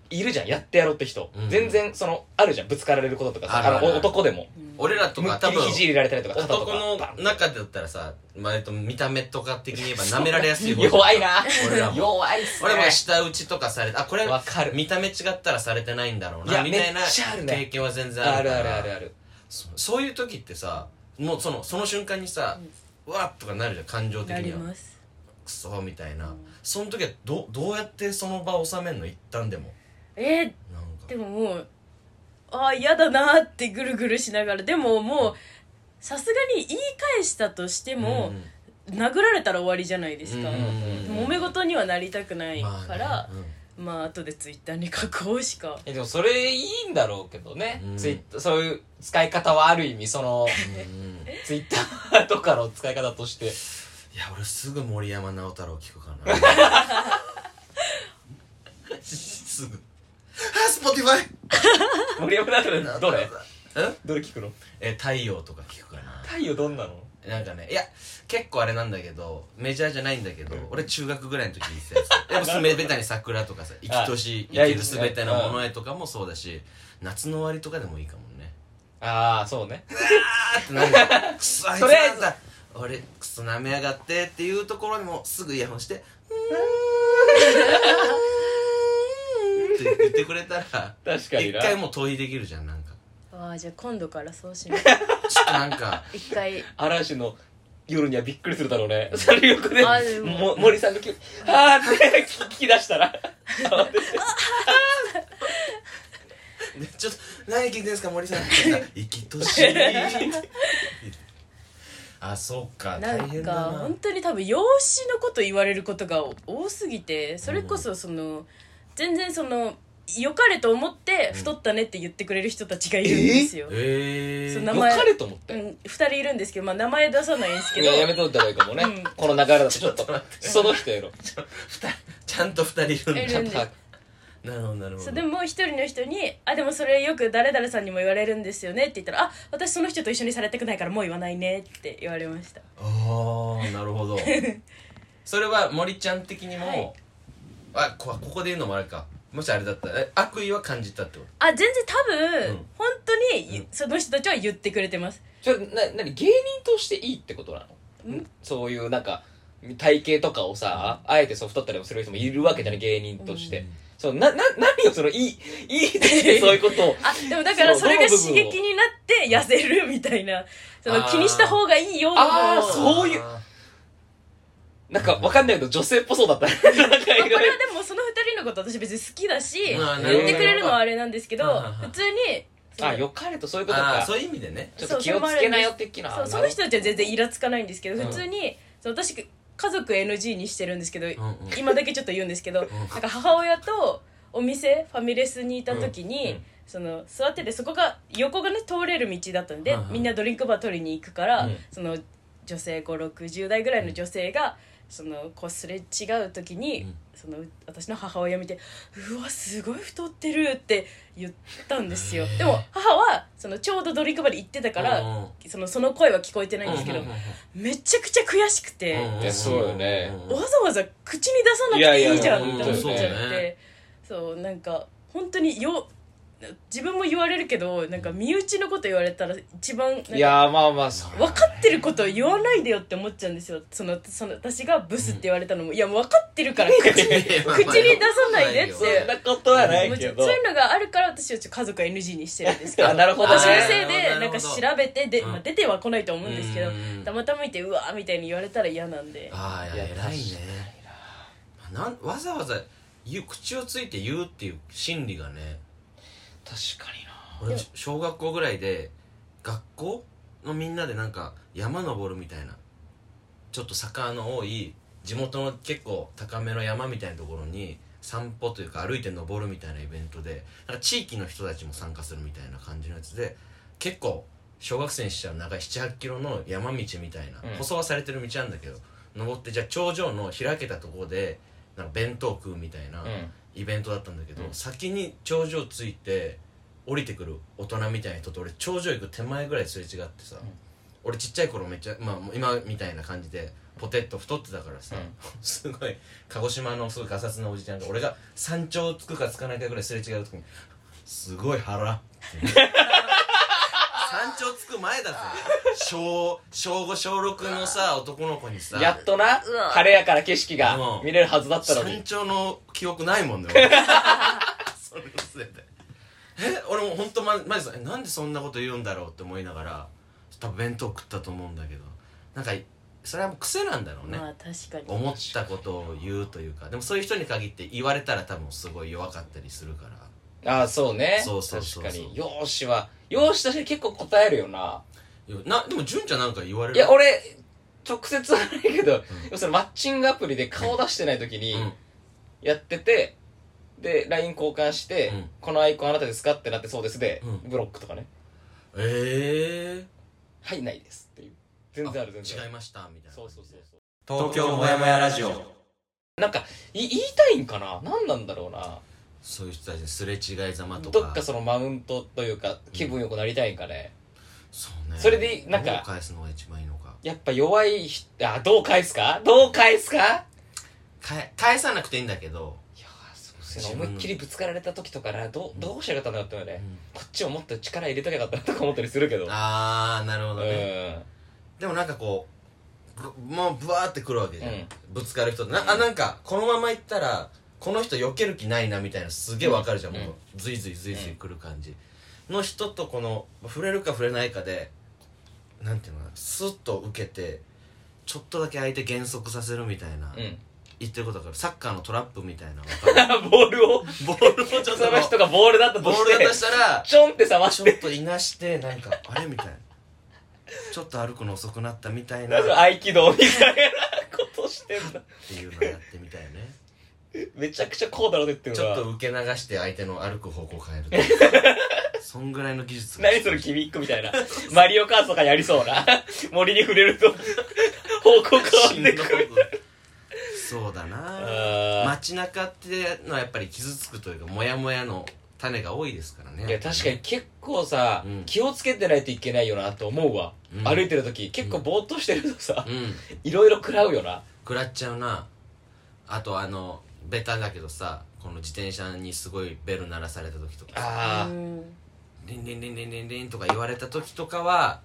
Speaker 2: いるじゃんやってやろうって人、
Speaker 1: うん
Speaker 2: 全然そのあるじゃんぶつかられることとかさ
Speaker 1: ある
Speaker 2: あ
Speaker 1: ある
Speaker 2: のお男でも
Speaker 1: 俺らと
Speaker 2: む
Speaker 1: か
Speaker 2: っき
Speaker 1: 多
Speaker 2: り
Speaker 1: 分
Speaker 2: 肘入れられたりとか肩とか
Speaker 1: 男の
Speaker 2: バン
Speaker 1: 中だったらさ、まあ、えっと見た目とか的に言え
Speaker 2: <laughs>
Speaker 1: ば舐められやすい方
Speaker 2: 弱いな
Speaker 1: 俺らも
Speaker 2: 弱いっすね
Speaker 1: 俺も舌打ちとかされてあこれ
Speaker 2: わかる
Speaker 1: 見た目違ったらされてないんだろう
Speaker 2: いや
Speaker 1: なみたいな
Speaker 2: めっちゃあるね
Speaker 1: 経験は全然あ
Speaker 2: あ
Speaker 1: る
Speaker 2: る
Speaker 1: から
Speaker 2: あるあるある
Speaker 1: そそういう時ってさもうそのその瞬間にさ、うわっとかなるじゃん感情的
Speaker 3: な
Speaker 1: に
Speaker 3: り
Speaker 1: は
Speaker 3: ます
Speaker 1: クソみたいな、その時はどどうやってその場を収めんの一旦でも
Speaker 3: えー、
Speaker 1: なんか
Speaker 3: でももうああ嫌だなーってぐるぐるしながらでももうさすがに言い返したとしても、殴られたら終わりじゃないですか、
Speaker 1: うん
Speaker 2: うん
Speaker 3: 揉め事にはなりたくない
Speaker 1: まあね
Speaker 3: から、まあ
Speaker 1: うん
Speaker 3: 後でツイッターに書こうしか
Speaker 2: えでもそれいいんだろうけどね、
Speaker 1: うん
Speaker 2: ツイッターそういう使い方はある意味そ
Speaker 1: う
Speaker 2: の
Speaker 1: ん
Speaker 2: ツイッタ <laughs> ーとかの使い方として
Speaker 1: いや俺すぐ森山直太朗聞くかな
Speaker 2: <laughs>
Speaker 1: すぐあスポティファイ
Speaker 2: 森山だからどれ
Speaker 1: ん
Speaker 2: どれ聞くの
Speaker 1: え太陽とか聞くかな
Speaker 2: 太陽どんなの
Speaker 1: なんかねいや結構あれなんだけどメジャーじゃないんだけど、俺中学ぐらいの時に言ってたや
Speaker 2: <laughs>
Speaker 1: つやっぱべたに桜とかさ生きとし
Speaker 2: いや
Speaker 1: 生きるすべてのものへとかもそうだし夏の終わりとかでもいいかも
Speaker 2: <laughs>
Speaker 1: ね
Speaker 2: ああそうね
Speaker 1: あってなんか
Speaker 2: <laughs>
Speaker 1: クソあいつ
Speaker 2: とりあえず
Speaker 1: なんだ俺クソ舐めやがってっていうところにもすぐイヤホン
Speaker 2: <laughs>
Speaker 1: して「うーん」って言ってくれたら
Speaker 2: 確かに
Speaker 1: 一
Speaker 2: な
Speaker 1: 回もう問いできるじゃんなんか
Speaker 3: ああじゃあ今度からそ
Speaker 1: <laughs>
Speaker 3: うしない
Speaker 1: ちょっとなんか
Speaker 3: 一回
Speaker 2: 嵐の夜にはびっくりするだろうねそれ横で
Speaker 3: あでも
Speaker 2: も森さんがきあーって <laughs> 聞き出したら
Speaker 1: でちょっと何聞いてんですか森さんって言ったら生きとしいあそうか
Speaker 3: な
Speaker 1: 大
Speaker 3: ん
Speaker 1: 変
Speaker 3: か
Speaker 1: だな
Speaker 3: 本当に多分養子のこと言われることが多すぎてそれこそその全然その良かれと思って太ったねって言ってくれる人たちがいるんですよ、
Speaker 1: え
Speaker 3: そ
Speaker 1: ー、
Speaker 3: ん
Speaker 2: 良
Speaker 3: な
Speaker 2: かれと思って、
Speaker 3: うん、2人いるんですけど、まあ、名前出さないんですけ
Speaker 2: い
Speaker 3: ど
Speaker 2: ややめといた方がいいかもね、
Speaker 3: うん
Speaker 2: この流れだとちょっとその人やろ
Speaker 1: ちゃんと二人いるん
Speaker 3: い
Speaker 1: だ
Speaker 3: るんで
Speaker 1: なるほどなるほど
Speaker 3: そうでも一人の人に「あでもそれよく誰々さんにも言われるんですよね」って言ったら「あ私その人と一緒にされたくないからもう言わないね」って言われました
Speaker 1: ああなるほどそれは森ちゃん的にも、
Speaker 3: はい
Speaker 1: あこここで言うのもあれかもしあれだったらえ悪意は感じたってこ
Speaker 3: あ全然多分、
Speaker 1: うん
Speaker 3: 本当に、
Speaker 1: うん
Speaker 3: その人たちは言ってくれてます
Speaker 2: ちょな何芸人としていいってことなのんそういうなんか体型とかをさあえてそう太ったりもする人もいるわけじゃない芸人として、そうなな何をそのいい <laughs> いいってそういうことを
Speaker 3: あでもだから
Speaker 2: そ
Speaker 3: そうれが
Speaker 2: どの部分
Speaker 3: 刺
Speaker 2: を
Speaker 3: 激になって痩せるみたいなその
Speaker 1: あー
Speaker 3: 気にした方がいいよ
Speaker 2: あー
Speaker 3: もう
Speaker 1: と
Speaker 2: そういう
Speaker 1: あ
Speaker 2: なんかわかんないけど女性っぽそうだったねなんか
Speaker 3: まあ
Speaker 2: 意
Speaker 3: これは
Speaker 2: 外
Speaker 3: でもその二人のこと私別に好きだし
Speaker 1: まあ
Speaker 3: 言っ
Speaker 1: ね
Speaker 3: てくれるのはあれなんですけど
Speaker 1: うん
Speaker 3: 普通にその
Speaker 2: あよかれとそういうこと
Speaker 1: あー
Speaker 2: か
Speaker 1: そういう意味でね
Speaker 2: ちょっと気をつけなよ的な
Speaker 3: そうその人たちは全然イラつかないんですけど普通に、そう私家族 NG にしてるんですけど、
Speaker 1: うんうん
Speaker 3: 今だけちょっと言うんですけど、なんか母親とお店ファミレスにいた時に、
Speaker 2: うんうん
Speaker 3: その座っててそこが横がね通れる道だったんで、
Speaker 1: はいはい
Speaker 3: みんなドリンクバー取りに行くから、
Speaker 2: うん
Speaker 3: その女性560代ぐらいの女性がそのこうすれ違う時に、
Speaker 1: うん
Speaker 3: そのう私の母親を見て「うわすごい太ってる」って言ったんですよでも母はそのちょうどドリンクバーで行ってたからそのその声は聞こえてないんですけどめちゃくちゃ悔しくて。
Speaker 2: いやそうよね
Speaker 3: わざわざ口に出さなくていいじゃんって思っちゃっ
Speaker 1: いやいや本当そう
Speaker 3: て
Speaker 1: ね
Speaker 3: そうなんか本当によ自分も言われるけどなんか身内のこと言われたら一番なんか
Speaker 2: いやーまあまあそ
Speaker 3: 分かってることを言わないでよって思っちゃうんですよそのその私がブスって言われたのも、いやもう分かって
Speaker 1: <laughs>
Speaker 3: るから口に口に出さないでって
Speaker 1: そ
Speaker 2: そ
Speaker 1: うん
Speaker 2: なことはな
Speaker 3: も
Speaker 2: いう
Speaker 3: ち
Speaker 2: け
Speaker 3: ょっ
Speaker 2: ど
Speaker 3: とそういうのがあるから私はちょっと家族は NG にしてるんですけ
Speaker 1: <laughs>
Speaker 3: ど
Speaker 2: あなるほどね
Speaker 3: 私のせい
Speaker 1: なるほ
Speaker 3: で
Speaker 1: ど
Speaker 3: なんか調べてで、
Speaker 1: うん
Speaker 3: まあ、出ては来ないと思うんですけど
Speaker 1: うん
Speaker 3: たまたま見てうわーみたいに言われたら嫌なんで
Speaker 1: ああいや偉いねなんわざわざ言う口をついて言うっていう心理がね
Speaker 2: 確かにな
Speaker 1: 俺小学校ぐらいで学校のみんなでなんか山登るみたいなちょっと坂の多い地元の結構高めの山みたいなところに散歩というか歩いて登るみたいなイベントでなんか地域の人たちも参加するみたいな感じのやつで結構小学生にしては長い7 8キロの山道みたいな、
Speaker 2: うん
Speaker 1: 舗装はされてる道なんだけど登ってじゃあ頂上の開けたところでなんか弁当食うみたいな、
Speaker 2: うん
Speaker 1: イベントだったんだけど、
Speaker 2: うん
Speaker 1: 先に頂上着いて降りてくる大人みたいな人と俺頂上行く手前ぐらいすれ違ってさ、
Speaker 2: うん
Speaker 1: 俺ちっちゃい頃めっちゃ、まあ、もう今みたいな感じでポテッと太ってたからさ、
Speaker 2: うん
Speaker 1: <laughs> すごい鹿児島のすごいガサツなおじちゃんと俺が山頂つくかつかないかぐらいすれ違う時に「すごい腹」
Speaker 2: <laughs>
Speaker 1: って山頂つく前だぜ小小5小6のさ男の子にさ
Speaker 2: やっとな
Speaker 3: うわ
Speaker 2: 晴れやから景色が
Speaker 1: うん
Speaker 2: 見れるはずだったの
Speaker 1: 山
Speaker 2: に
Speaker 1: 頂の記憶ないもんね <laughs> 俺それのせいでえ俺も本当まマジさえなんでそんなこと言うんだろうって思いながら多分弁当食ったと思うんだけどなんかそれはもう癖なんだろうね、
Speaker 3: まあ確かに
Speaker 1: 思ったことを言うというかでもそういう人に限って言われたら多分すごい弱かったりするから
Speaker 2: ああそうね
Speaker 1: そうそうそうそう
Speaker 2: 確かに容姿は容姿として結構答えるよない
Speaker 1: やなでも純ちゃんなんか言われ
Speaker 2: い
Speaker 1: る
Speaker 2: や俺直接はないけど、そのマッチングアプリで顔出してない時に
Speaker 1: うん
Speaker 2: やってて、で LINE 交換して、
Speaker 1: うん
Speaker 2: このアイコンあなたですか?」ってなって「そうです」で、
Speaker 1: うん
Speaker 2: ブロックとかね
Speaker 1: え
Speaker 2: 「はいないです」っていう全然ある全
Speaker 1: え
Speaker 2: 然あ
Speaker 1: 違い
Speaker 2: る
Speaker 1: ましたみたいな
Speaker 2: そうそうそうそう
Speaker 4: 東京もやもやラジオ
Speaker 2: なんかい言いたいんかな何なんだろうな
Speaker 1: そういう人たちのすれ違いざまとか
Speaker 2: どっかそのマウントというか気分よくなりたいんかね、
Speaker 1: そうね
Speaker 2: それでなんか
Speaker 1: どう返すのが一番いいのか
Speaker 2: やっぱ弱い人あどう返すかどう返すか
Speaker 1: 返返さなくていいんだけど
Speaker 2: いやーそうですね思いっきりぶつかられた時とかなどうどうしようかったんだろうって思うよね、こっちをもっと力入れとけばよかったなとか思ったりするけど
Speaker 1: ああなるほ
Speaker 2: う
Speaker 1: ど
Speaker 2: ん
Speaker 1: ね、でもなんかこうぶもうブワーってくるわけじゃん、
Speaker 2: うん
Speaker 1: ぶつかる人ってなあなんかこのまま行ったらこの人避ける気ないなみたいなすげえわかるじゃん、
Speaker 2: うん
Speaker 1: もうずいずいずいずい来る感じ、の人とこの触れるか触れないかでなんていうのかなスッと受けてちょっとだけ相手減速させるみたいな、
Speaker 2: う
Speaker 1: 言ってることだからサッカーのトラップみたいなわか
Speaker 2: <laughs>
Speaker 1: る
Speaker 2: ん <laughs> ボールを
Speaker 1: ボールをちょっ
Speaker 2: その人がボールだった
Speaker 1: ボ
Speaker 2: と
Speaker 1: ー
Speaker 2: し
Speaker 1: ルだと
Speaker 2: て
Speaker 1: したら
Speaker 2: ちょんってさま
Speaker 1: ち
Speaker 2: し
Speaker 1: ょ
Speaker 2: <laughs> て
Speaker 1: っといなしてなんかあれみたいなちょっと歩くの遅くなったみたいなっ
Speaker 2: 合気道みたいなことしてんだ
Speaker 1: ていうのやってみたいよね
Speaker 2: <laughs> めちゃくちゃこうだろうねっていう
Speaker 1: ち
Speaker 2: の
Speaker 1: ょっ
Speaker 2: は
Speaker 1: と受け流して相手の歩く方向変えるとか
Speaker 2: <laughs>
Speaker 1: そんぐらいの技術が
Speaker 2: 何そのギミックみたいな <laughs> マリオカートとかやりそうな <laughs> 森に触れると <laughs> 方向
Speaker 1: 死
Speaker 2: 変
Speaker 1: ん
Speaker 2: わ
Speaker 1: だ
Speaker 2: っ
Speaker 1: こ
Speaker 2: てくる
Speaker 1: とそうだな
Speaker 2: あ
Speaker 1: 街中ってのはやっぱり傷つくというかモヤモヤの種が多いですからね
Speaker 2: ーいや確かに結構さ、
Speaker 1: うん
Speaker 2: 気をつけてないといけないよなと思うわ、
Speaker 1: うん
Speaker 2: 歩いてる時結構ぼーっとしてるとさ、
Speaker 1: うん
Speaker 2: いろいろ食らうよな
Speaker 1: 食らっちゃうなあとあのベタだけどさこの自転車にすごいベル鳴らされた時とかさ
Speaker 2: あ
Speaker 3: うん
Speaker 1: リンリンリンリンリンリンとか言われた時とかは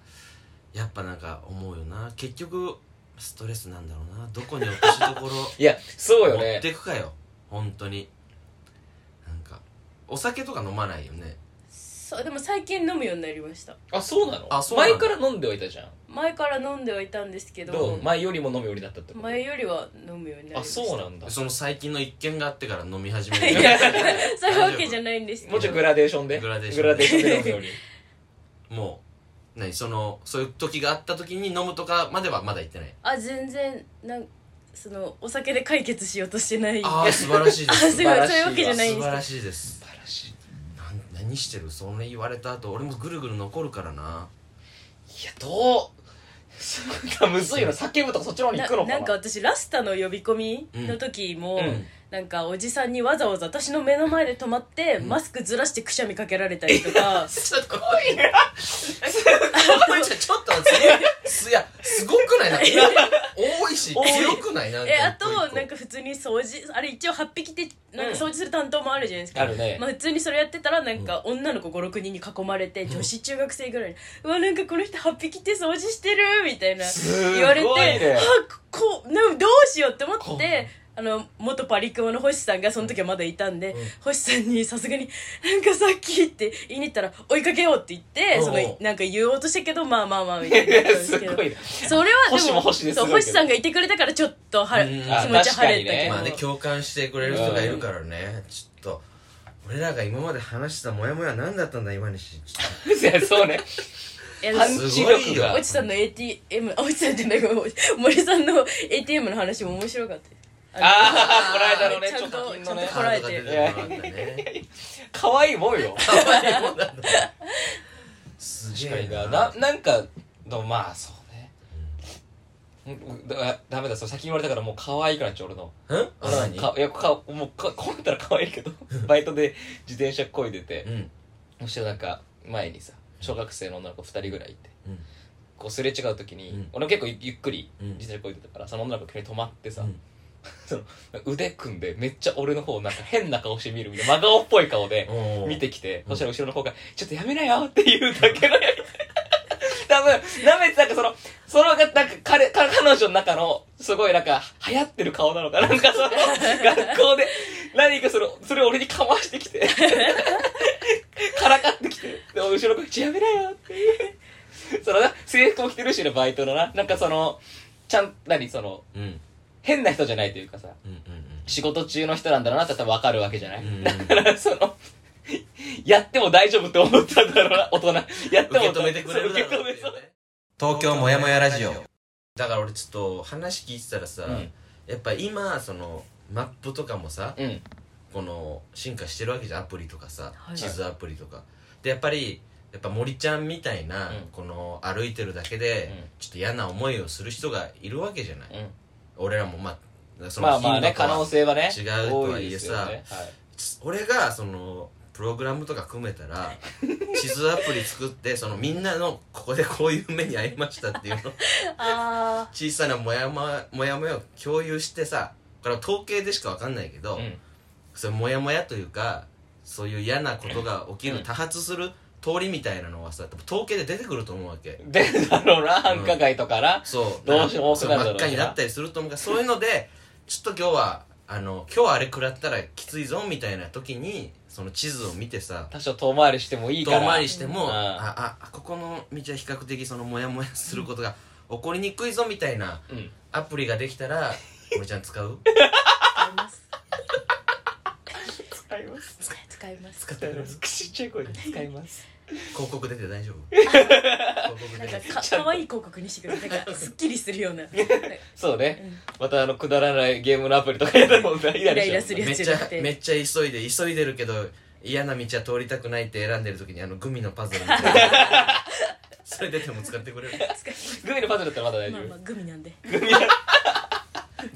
Speaker 1: やっぱなんか思うよな結局ストレスなんだろうなどこに落としどころ
Speaker 2: ーいやそうよ
Speaker 1: 持
Speaker 2: ね
Speaker 1: ってくかよ本当になんかお酒とか飲まないよね
Speaker 3: そうでも最近飲むようになりました
Speaker 2: あそうなの
Speaker 1: あそうなの
Speaker 2: 前から飲んではいたじゃん
Speaker 3: 前から飲んではいたんですけど
Speaker 2: どう前よりも飲むようになったってこと
Speaker 3: 前よりは飲むようになり
Speaker 2: あ
Speaker 3: ました
Speaker 2: そうなんだ
Speaker 1: その最近の一件があってから飲み始め
Speaker 3: い
Speaker 1: る
Speaker 3: や <laughs> そういうわけじゃないんですけ
Speaker 2: <laughs> も
Speaker 3: ど
Speaker 2: うちょいグラデーションで
Speaker 1: グラデーション
Speaker 2: グラデーションで飲むように
Speaker 1: もう何そのそういう時があった時に飲むとかまではまだ行ってない
Speaker 3: あ全然なんそのお酒で解決しようとしてない
Speaker 1: ああ素晴らしいで
Speaker 3: <laughs> あ
Speaker 1: す
Speaker 3: す
Speaker 1: 素
Speaker 3: ご
Speaker 1: 晴
Speaker 3: い
Speaker 2: 晴らしいわ
Speaker 3: そういうわけじゃないんですけど
Speaker 1: らしいです
Speaker 2: 素晴らしい
Speaker 1: なん何してるそれ言われた後俺もぐるぐる残るからない
Speaker 2: やどうがむずいの叫ぶとかそっちの方に行くの
Speaker 3: な
Speaker 2: かな
Speaker 3: なんか私ラスタの呼び込みの時も、なんかおじさんにわざわざ私の目の前で止まって、マスクずらしてくしゃみかけられたりと
Speaker 2: <laughs>
Speaker 3: か
Speaker 1: ちょっと怖いな。ちょっと待って、すいや、すごくないなんか多いし、
Speaker 3: 多い
Speaker 1: 強くないなんか。
Speaker 3: <laughs> えあ
Speaker 1: 一
Speaker 3: と
Speaker 1: 個一個
Speaker 3: なんか普通に掃除あれ一応8匹ってなんか掃除する担当もあるじゃないですか、
Speaker 2: あるね
Speaker 3: まあ、普通にそれやってたらなんか女の子56人に囲まれて女子中学生ぐらいに「うわなんかこの人8匹って掃除してる」みたいな
Speaker 2: すごいね
Speaker 3: 言われてはあこなどうしようって思ってあの元パリクマの星さんがその時はまだいたんで、星さんにさすがに「なんかさっき」って言いに行ったら「追いかけよう」って言ってそ
Speaker 1: お
Speaker 3: の
Speaker 1: う
Speaker 3: なんか言おうとしたけどまあまあまあみたい
Speaker 2: い
Speaker 3: な
Speaker 2: や <laughs> すごいな
Speaker 3: それは
Speaker 2: 星
Speaker 3: で
Speaker 2: も
Speaker 3: も
Speaker 2: 星です
Speaker 3: そう
Speaker 2: すごいけど
Speaker 3: 星さんがいてくれたからちょっとは
Speaker 1: うん
Speaker 3: 気持
Speaker 1: あ
Speaker 3: ちは晴れたけ
Speaker 2: 確かにね
Speaker 3: ど、
Speaker 1: まあね、共感してくれる人がいるからね、ちょっと。俺らが今まで話してたモヤモヤ何だったんだ今にしちょっ
Speaker 2: いやそうね
Speaker 3: いや
Speaker 2: パン
Speaker 1: と
Speaker 2: チ
Speaker 1: すご
Speaker 2: 力
Speaker 1: いよ
Speaker 2: が
Speaker 3: おちさんの ATM あおちさんじゃないごめん森さんの ATM の話も面白かったです
Speaker 2: ああこの間のね
Speaker 3: ちゃんと
Speaker 2: 貯金のね
Speaker 3: ちゃ
Speaker 1: カ
Speaker 3: んと
Speaker 1: ードが出てこなかったね
Speaker 2: 可愛いもんよ
Speaker 1: 可愛いもんなんだす
Speaker 2: 確か
Speaker 1: げえ
Speaker 2: にな
Speaker 1: な
Speaker 2: ななんかのまあそうねうんだダメだそれ先に言われたからもう可愛くなっちゃう俺の
Speaker 1: うんあ何
Speaker 2: かいやかもうかこうなったら可愛い
Speaker 1: <laughs>
Speaker 2: けどバイトで自転車こいでて
Speaker 1: うん
Speaker 2: そしてなんか前にさ小学生の女の子2人ぐらいいて
Speaker 1: うん
Speaker 2: こうすれ違う時に、
Speaker 1: うん
Speaker 2: 俺も結構ゆゆっくり
Speaker 1: うん
Speaker 2: 自転車こいでたから、その女の子急に止まってさ、
Speaker 1: うん
Speaker 2: その腕組んでめっちゃ俺の方なんか変な顔して見るみたいな真顔っぽい顔で
Speaker 1: おー
Speaker 2: 見てきて、
Speaker 1: うん
Speaker 2: そしたら後ろの方が「ちょっとやめなよ」って言うだけのやり <laughs> 多分なめてなんかそのそのなんか彼彼彼女の中のすごいなんか流行ってる顔なのかなんかそ
Speaker 1: <laughs>
Speaker 2: の学校で何かそのそれを俺にかまして <laughs> きてからかってきてで後ろの子が「ちょっとやめなよ」ってそのな制服も着てるしねバイトのななんかそのちゃん何その
Speaker 1: うんうん
Speaker 2: 変な人じゃないというかさ
Speaker 1: うん
Speaker 2: 仕事中の人なんだろうなって多分わかるわけじゃない、
Speaker 1: うん
Speaker 2: だからそのやっても大丈夫って思ったんだろうな大人やっても
Speaker 1: 受け止めてくれるだろうっていう
Speaker 2: そう受け止めそう
Speaker 1: ね
Speaker 4: 東京もやもやラジオ
Speaker 1: だから俺ちょっと話聞いてたらさ、
Speaker 2: うん
Speaker 1: やっぱ今そのマップとかもさ、
Speaker 2: うん
Speaker 1: この進化してるわけじゃんアプリとかさ、
Speaker 3: はい
Speaker 1: 地図アプリとかでやっぱりやっぱ森ちゃんみたいな、
Speaker 2: うん
Speaker 1: この歩いてるだけで、
Speaker 2: うん
Speaker 1: ちょっと嫌な思いをする人がいるわけじゃない、俺らもまあその
Speaker 2: まあまあ
Speaker 1: 頻
Speaker 2: ね
Speaker 1: 度と
Speaker 2: 可
Speaker 1: は
Speaker 2: 能性はね
Speaker 1: 違うとはいえさ
Speaker 2: 多いですよね
Speaker 1: 俺がそのプログラムとか組めたら地図アプリ作ってそのみんなのここでこういう目に遭いましたっていうのを
Speaker 3: あ
Speaker 1: 小さなモヤモヤモヤモヤを共有してさこれは統計でしかわかんないけど、
Speaker 2: はい
Speaker 1: それモヤモヤというかそういう嫌なことが起き
Speaker 2: うん
Speaker 1: る多発する通りみたいなのはさ多分統計で出てくると思うわけ
Speaker 2: うん、でだろうな繁華街とかな、
Speaker 1: そう
Speaker 2: どうしても多
Speaker 1: そ
Speaker 2: く
Speaker 1: う
Speaker 2: なるだろ
Speaker 1: 真っ
Speaker 2: うな
Speaker 1: 赤になったりすると思うからそういうのでちょっと今日はあの今日はあれ食らったらきついぞみたいな時にその地図を見てさ
Speaker 2: 多少遠回りしてもいいから
Speaker 1: 遠回りしても、
Speaker 2: うん
Speaker 1: ああここの道は比較的そのモヤモヤすることが起こりにくいぞみたいな
Speaker 2: うん
Speaker 1: アプリができたら俺ちゃん使う
Speaker 3: あ使います
Speaker 2: 使い <laughs> ます
Speaker 3: 使い使います
Speaker 1: 使ってる
Speaker 2: ちっちゃい声で使います
Speaker 1: 広告出て大丈夫広告
Speaker 3: な
Speaker 1: 出
Speaker 3: ん
Speaker 1: て
Speaker 3: かかかわいい広告にしてくれるなんかすっきりするよ <laughs> うなイ
Speaker 2: そうね、
Speaker 3: うん
Speaker 2: またあのくだらないゲームのアプリとかやったらもうイライラ
Speaker 3: ラ
Speaker 2: しち
Speaker 3: イ
Speaker 2: ゃ
Speaker 3: ラ
Speaker 2: う
Speaker 3: する
Speaker 1: め
Speaker 3: や
Speaker 1: っ
Speaker 3: つ
Speaker 1: ち
Speaker 3: じゃ
Speaker 1: ゃ
Speaker 3: なくて
Speaker 1: めっちゃ急いで急いでるけど嫌な道は通りたくないって選んでる時にあのグミのパズルみたいなそれ出ても使ってくれる
Speaker 3: 使います
Speaker 2: グミのパズルだったらまだ大丈
Speaker 3: まあ
Speaker 2: 夫、
Speaker 3: まあグミなんで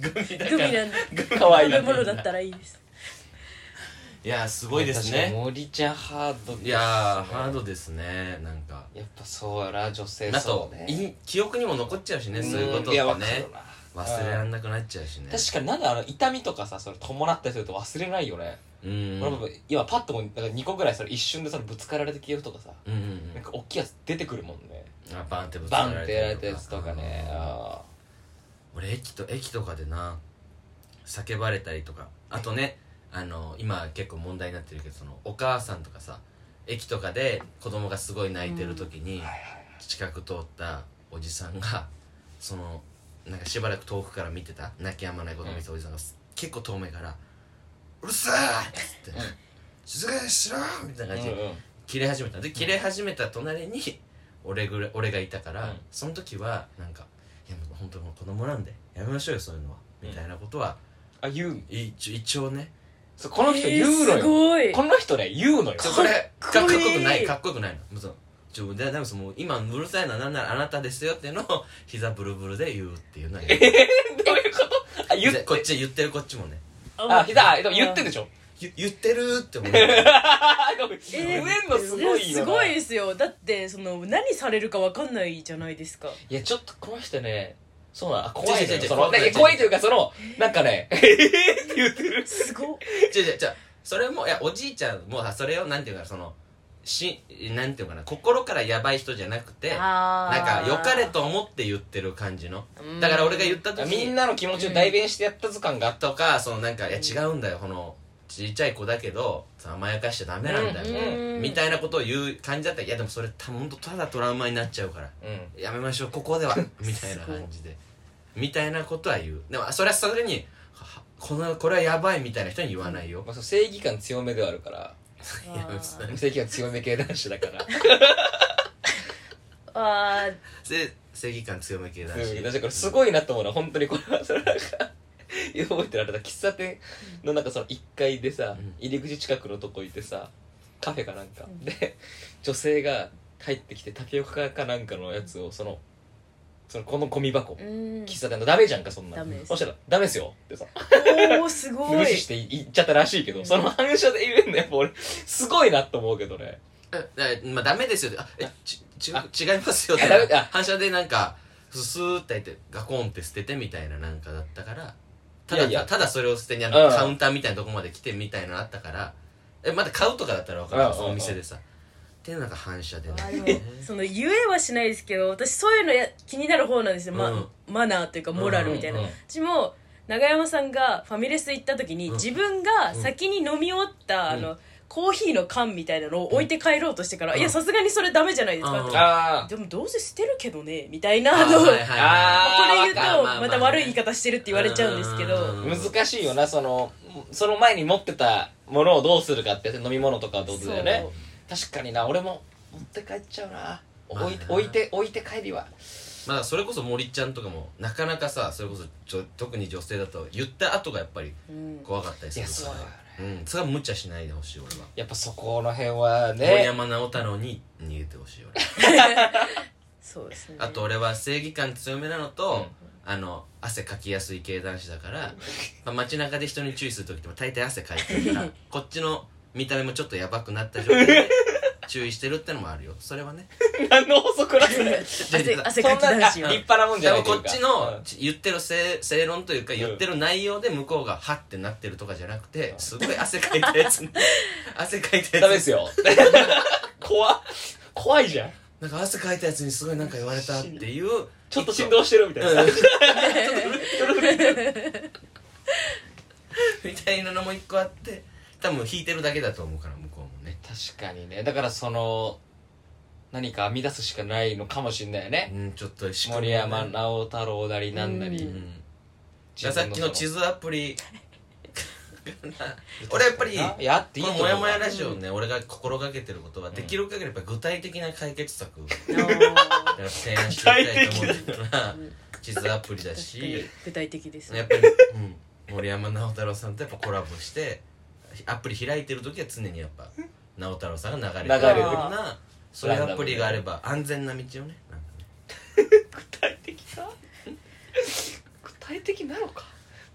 Speaker 1: グミだか
Speaker 3: グミ
Speaker 1: らい
Speaker 3: なんで
Speaker 2: かわい
Speaker 3: 食
Speaker 2: い
Speaker 3: べ物だったらいいです
Speaker 1: やーすごいです
Speaker 2: 確かに
Speaker 1: ね
Speaker 2: 森ちゃんハードですね
Speaker 1: いやーハードですねなんか
Speaker 2: やっぱそうやな女性
Speaker 1: あと
Speaker 2: そうね
Speaker 1: い記憶にも残っちゃうしねそういうことって
Speaker 2: んやわか
Speaker 1: ね
Speaker 2: るな
Speaker 1: 忘れらんなくなっちゃうしね
Speaker 2: 確かになんだあの痛みとかさそれ伴ったりすると忘れないよね、
Speaker 1: にうん
Speaker 2: 俺も今パッともなんか2個ぐらいそれ一瞬でそれぶつかられて記憶とかさ、
Speaker 1: うんうん
Speaker 2: なんか大きいやつ出てくるもんね
Speaker 1: うんあバンってぶつ
Speaker 2: バ
Speaker 1: け
Speaker 2: ンってやられたやつとかねあ
Speaker 1: 俺駅と駅とかでな叫ばれたりとかあとねあの今結構問題になってるけどそのお母さんとかさ駅とかで子供がすごい泣いてる時に、
Speaker 2: ーはい
Speaker 1: 近く通ったおじさんがそのなんかしばらく遠くから見てた泣き止まないことを見てたおじさんが、結構遠目から「うるせえ!」っつって「静かにしろ!」みたいな
Speaker 2: はい
Speaker 1: 感じ
Speaker 2: はい
Speaker 1: で
Speaker 2: うんうん
Speaker 1: 切れ始めたで切れ始めた隣に俺ぐら俺がいたから、
Speaker 2: うん
Speaker 1: その時はなんか「いやもう本当もう子供なんでやめましょうよそういうのは」みたいなことは
Speaker 2: あ言う
Speaker 1: 一一応ね
Speaker 2: そうこの人
Speaker 3: え
Speaker 2: 言う
Speaker 3: ー
Speaker 2: の
Speaker 3: す
Speaker 2: よ、
Speaker 3: ごい
Speaker 2: この人ね言うのよ
Speaker 1: そうこれ
Speaker 3: かっこいい
Speaker 1: かっこよくないかっこよくないのもうそのちょででもその今うるさいのはなんならあなたですよっていうのを膝ブルブルで言うっていうのはやる
Speaker 2: <laughs> どういうことあ言って
Speaker 1: こっち言ってるこっちもね
Speaker 2: あ膝あでも言ってんで <laughs> しょ
Speaker 1: ゆ言ってるって
Speaker 2: <laughs>
Speaker 1: 思う
Speaker 2: 言えんのすごいよ
Speaker 3: す
Speaker 2: な
Speaker 3: ごいですよだってその何されるかわかんないじゃないですか
Speaker 2: いやちょっとこの人ねそうなのあ怖いの
Speaker 1: 違う
Speaker 2: よ
Speaker 1: 違う
Speaker 2: その
Speaker 1: 違う
Speaker 2: なんか怖いというかそのなんかね <laughs> えーって言ってる
Speaker 3: すごっ
Speaker 1: 違う違う違うそれもいやおじいちゃんもさそれをなんていうかそのしなんていうかな心からやばい人じゃなくてなん
Speaker 3: な
Speaker 1: か良かれと思って言ってる感じのだから俺が言った時
Speaker 2: みんなの気持ちを代弁してやった図鑑があった
Speaker 1: とかそのなんかいや違うんだよこのちっちゃい子だけど甘やかしちゃダメなんだよ、
Speaker 3: うん
Speaker 1: みたいなことを言う感じだったらいやでもそれたほんとただトラウマになっちゃうから
Speaker 2: うん
Speaker 1: やめましょうここではみたいな感じでみたいなことは言うでもそれはそれにはこのこれはやばいみたいな人に言わないよ
Speaker 2: まあ、そう正義感強めではあるから
Speaker 1: いや別に
Speaker 2: 正義感強め系男子だから
Speaker 3: あ
Speaker 1: で正義感強め系だし
Speaker 2: うんだからすごいなと思うのは本当にこれはそ <laughs> れなんか覚えてるあれだ喫茶店のなんかその1階でさ、
Speaker 1: うん
Speaker 2: 入り口近くのとこいてさカフェかなんか、で女性が帰ってきてタピオカかなんかのやつをそのそのこのゴミ箱、
Speaker 3: ーうん
Speaker 2: 喫茶店のダメじゃんかそんなの
Speaker 3: ダメです
Speaker 2: そしたら「ダメですよ」ってさ
Speaker 3: おーすご
Speaker 2: 無
Speaker 3: い
Speaker 2: 視して行っちゃったらしいけど、
Speaker 3: うん
Speaker 2: その反射で言えんのやっぱ俺すごいなと思うけどね
Speaker 1: ええまあダメですよってあえちち
Speaker 2: あ
Speaker 1: 違いますよって
Speaker 2: あダメあ
Speaker 1: 反射でなんかススーって入ってガコンって捨ててみたいななんかだったからただ
Speaker 2: いやいや
Speaker 1: ただそれを捨てにあ
Speaker 2: う
Speaker 1: の
Speaker 2: ん
Speaker 1: カウンターみたいなとこまで来てみたいなのあったからえまだ買うとかだったら分かる
Speaker 2: うん
Speaker 1: そのお店でさっていうのが反射でね
Speaker 3: あでもその言えはしないですけど私そういうのや気になる方なんですよ、ま
Speaker 1: うん
Speaker 3: マナーというかモラルみたいな、
Speaker 2: うん
Speaker 3: う
Speaker 2: うん
Speaker 3: ちも永山さんがファミレス行った時に、
Speaker 1: うん
Speaker 3: 自分が先に飲み終わった、あのコーヒーの缶みたいなのを置いて帰ろうとしてから、
Speaker 1: うん
Speaker 3: いやさすがにそれダメじゃないですか、
Speaker 1: うん
Speaker 2: あー
Speaker 3: でもどうせ捨てるけどねみたいな
Speaker 1: あ
Speaker 3: あの、
Speaker 1: はいはいはい
Speaker 2: あ
Speaker 3: これ言う
Speaker 1: まあまあま
Speaker 3: と
Speaker 1: あまあ
Speaker 3: また悪い言い方してるって言われちゃうんですけど、
Speaker 1: うん
Speaker 2: 難しいよなそのその前に持ってたものをどうするかってやって飲み物とかはどうだよね確かにな俺も持って帰っちゃうな置い
Speaker 1: まあね
Speaker 2: 置いて置いて帰りは
Speaker 1: まあそれこそ森ちゃんとかもなかなかさそれこそちょ特に女性だと言った後がやっぱり
Speaker 3: そううん
Speaker 1: 怖かったりする
Speaker 2: いやそうだよ
Speaker 1: からうんそれは無茶しないでほしい俺は
Speaker 2: やっぱそこの辺は
Speaker 1: 森
Speaker 2: ね
Speaker 1: 山直太朗に逃げてほしい俺
Speaker 3: そうですね
Speaker 1: あと俺は正義感強めなのと、
Speaker 2: うん
Speaker 1: あの汗かきやすい系男子だから、まあ、街中で人に注意する時っても大体汗かいてるから
Speaker 2: <laughs>
Speaker 1: こっちの見た目もちょっとやばくなった状態で注意してるってのもあるよそれはね
Speaker 2: 何の法則なんだよ
Speaker 3: 汗
Speaker 2: そん
Speaker 3: 汗
Speaker 2: な
Speaker 3: か
Speaker 2: あ
Speaker 3: き
Speaker 2: 立
Speaker 3: 男子よ
Speaker 2: 派なもんじ
Speaker 1: で
Speaker 2: ゃな
Speaker 1: も
Speaker 2: いとい
Speaker 1: こ
Speaker 2: う
Speaker 1: っ
Speaker 2: か
Speaker 1: ち
Speaker 2: う
Speaker 1: の
Speaker 2: ん
Speaker 1: 言ってる正正論というか
Speaker 2: ん
Speaker 1: 言ってる内容で向こうがハッてなってるとかじゃなくてすごい汗かいたやつね汗かいた
Speaker 2: ダ
Speaker 1: や
Speaker 2: メ
Speaker 1: つ
Speaker 2: です <laughs> よ怖っ怖いじゃん
Speaker 1: なんか汗かいたやつにすごいなんか言われたっていう
Speaker 2: ちょっと振動してるみたいな、
Speaker 1: うん
Speaker 2: ちょっと
Speaker 1: <laughs> みたいなのも一個あって多分引いてるだけだと思うから向こうもね
Speaker 2: 確かにねだからその何か編み出すしかないのかもしれないよね
Speaker 1: うんちょっと仕組み
Speaker 2: 森
Speaker 1: がね
Speaker 2: 山直太朗なりなんなり、
Speaker 3: う
Speaker 1: うんんじゃあさっきの地
Speaker 2: 図
Speaker 1: 図アプリ
Speaker 2: <laughs>
Speaker 1: 俺やっぱり
Speaker 2: いやあっていい
Speaker 1: この
Speaker 2: と思う
Speaker 1: モヤモ
Speaker 2: わ
Speaker 1: ヤラジオね俺が心がけてることはできる限りやっぱ具体的な解決策を
Speaker 3: あー
Speaker 1: 提案していきたいと思ってるから地図アプリだし
Speaker 3: 具体的です
Speaker 1: やっ
Speaker 3: ね
Speaker 1: ぱり、うん、森山直太朗さんとやっぱコラボしてアプリ開いてる時は常にやっぱ直太朗さんが流れて
Speaker 2: 流れ
Speaker 1: る
Speaker 2: る
Speaker 1: ようなそういうアプリがあれば安全な道をねなんかね
Speaker 2: 具体的か具体的なのか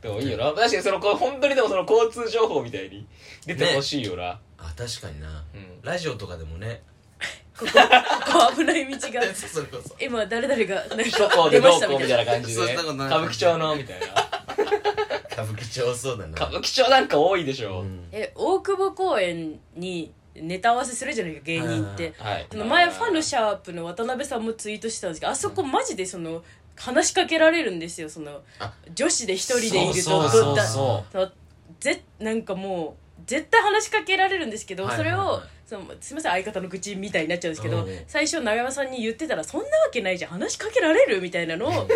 Speaker 2: でもいいよな確かにそのこう本当にでもその交通情報みたいに出てほしいよな、
Speaker 1: あ確かにな
Speaker 2: うん
Speaker 1: ラジオとかでもね
Speaker 3: ここここ危ない道が
Speaker 1: <laughs> それこそ
Speaker 3: 今誰々がなん
Speaker 2: 首都
Speaker 3: か
Speaker 2: 高で
Speaker 3: 出ま
Speaker 2: どう
Speaker 3: した
Speaker 2: こ
Speaker 3: み
Speaker 2: う
Speaker 3: た
Speaker 2: みた
Speaker 3: いない
Speaker 2: な感じ
Speaker 1: そ
Speaker 2: で
Speaker 1: んなことない
Speaker 2: 歌舞伎町のみたい
Speaker 1: <laughs>
Speaker 2: な
Speaker 1: 歌舞伎町そうだな
Speaker 2: 歌舞伎町なんか多いでしょ、
Speaker 1: うん
Speaker 3: え大久保公園にネタ合わせするじゃないか芸人って
Speaker 2: はい
Speaker 3: その前ファンのシャープの渡辺さんもツイートしてたんですけどあそこマジでその話しかけられるんですよその
Speaker 1: あ
Speaker 3: 女子で一人でいる
Speaker 2: そう
Speaker 3: と
Speaker 2: そうそう
Speaker 3: だ
Speaker 2: そ
Speaker 3: そのぜなんかもう絶対話しかけられるんですけど、
Speaker 1: はいはいはい
Speaker 3: それをそのすみません相方の愚痴みたいになっちゃうんですけど、
Speaker 1: うんうん
Speaker 3: 最初長山さんに言ってたら「そんなわけないじゃん話しかけられる?」みたいなのをずっと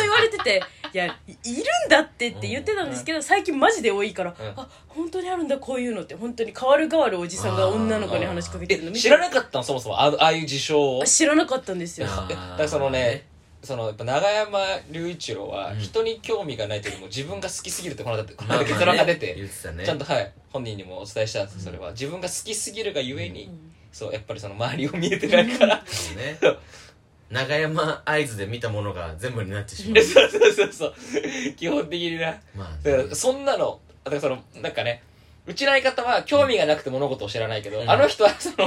Speaker 3: 言われてて「いやいいるんだって」って言ってたんですけど、最近マジで多いから、
Speaker 2: うん
Speaker 3: あ本当にあるんだこういうのって本当に変わる変わるおじさんが女の子に話しかけてるの
Speaker 2: え知ら
Speaker 3: な
Speaker 2: なかったのそもそもあああいう事象を
Speaker 3: 知らなかったんですよ
Speaker 1: あ
Speaker 2: えだからそのねそのやっぱ永山隆一郎は
Speaker 1: うん
Speaker 2: 人に興味がないというよりも自分が好きすぎるってこの間この
Speaker 1: まあまあ
Speaker 2: 間
Speaker 1: ね
Speaker 2: 結論が出て
Speaker 1: 言ってたね
Speaker 2: ちゃんとはい本人にもお伝えしたんですそれは自分が好きすぎるがゆえ
Speaker 3: う
Speaker 2: に
Speaker 3: ん
Speaker 2: そうやっぱりその周りを見えてないから
Speaker 1: そうね長山会津で見たものが全部になってしまう
Speaker 2: そうそうそうそう基本的にな
Speaker 1: まあ、
Speaker 2: だからそんなのだからそのなんかねうちの相方は興味がなくて物事を知らないけど、
Speaker 1: うん
Speaker 2: あの人はその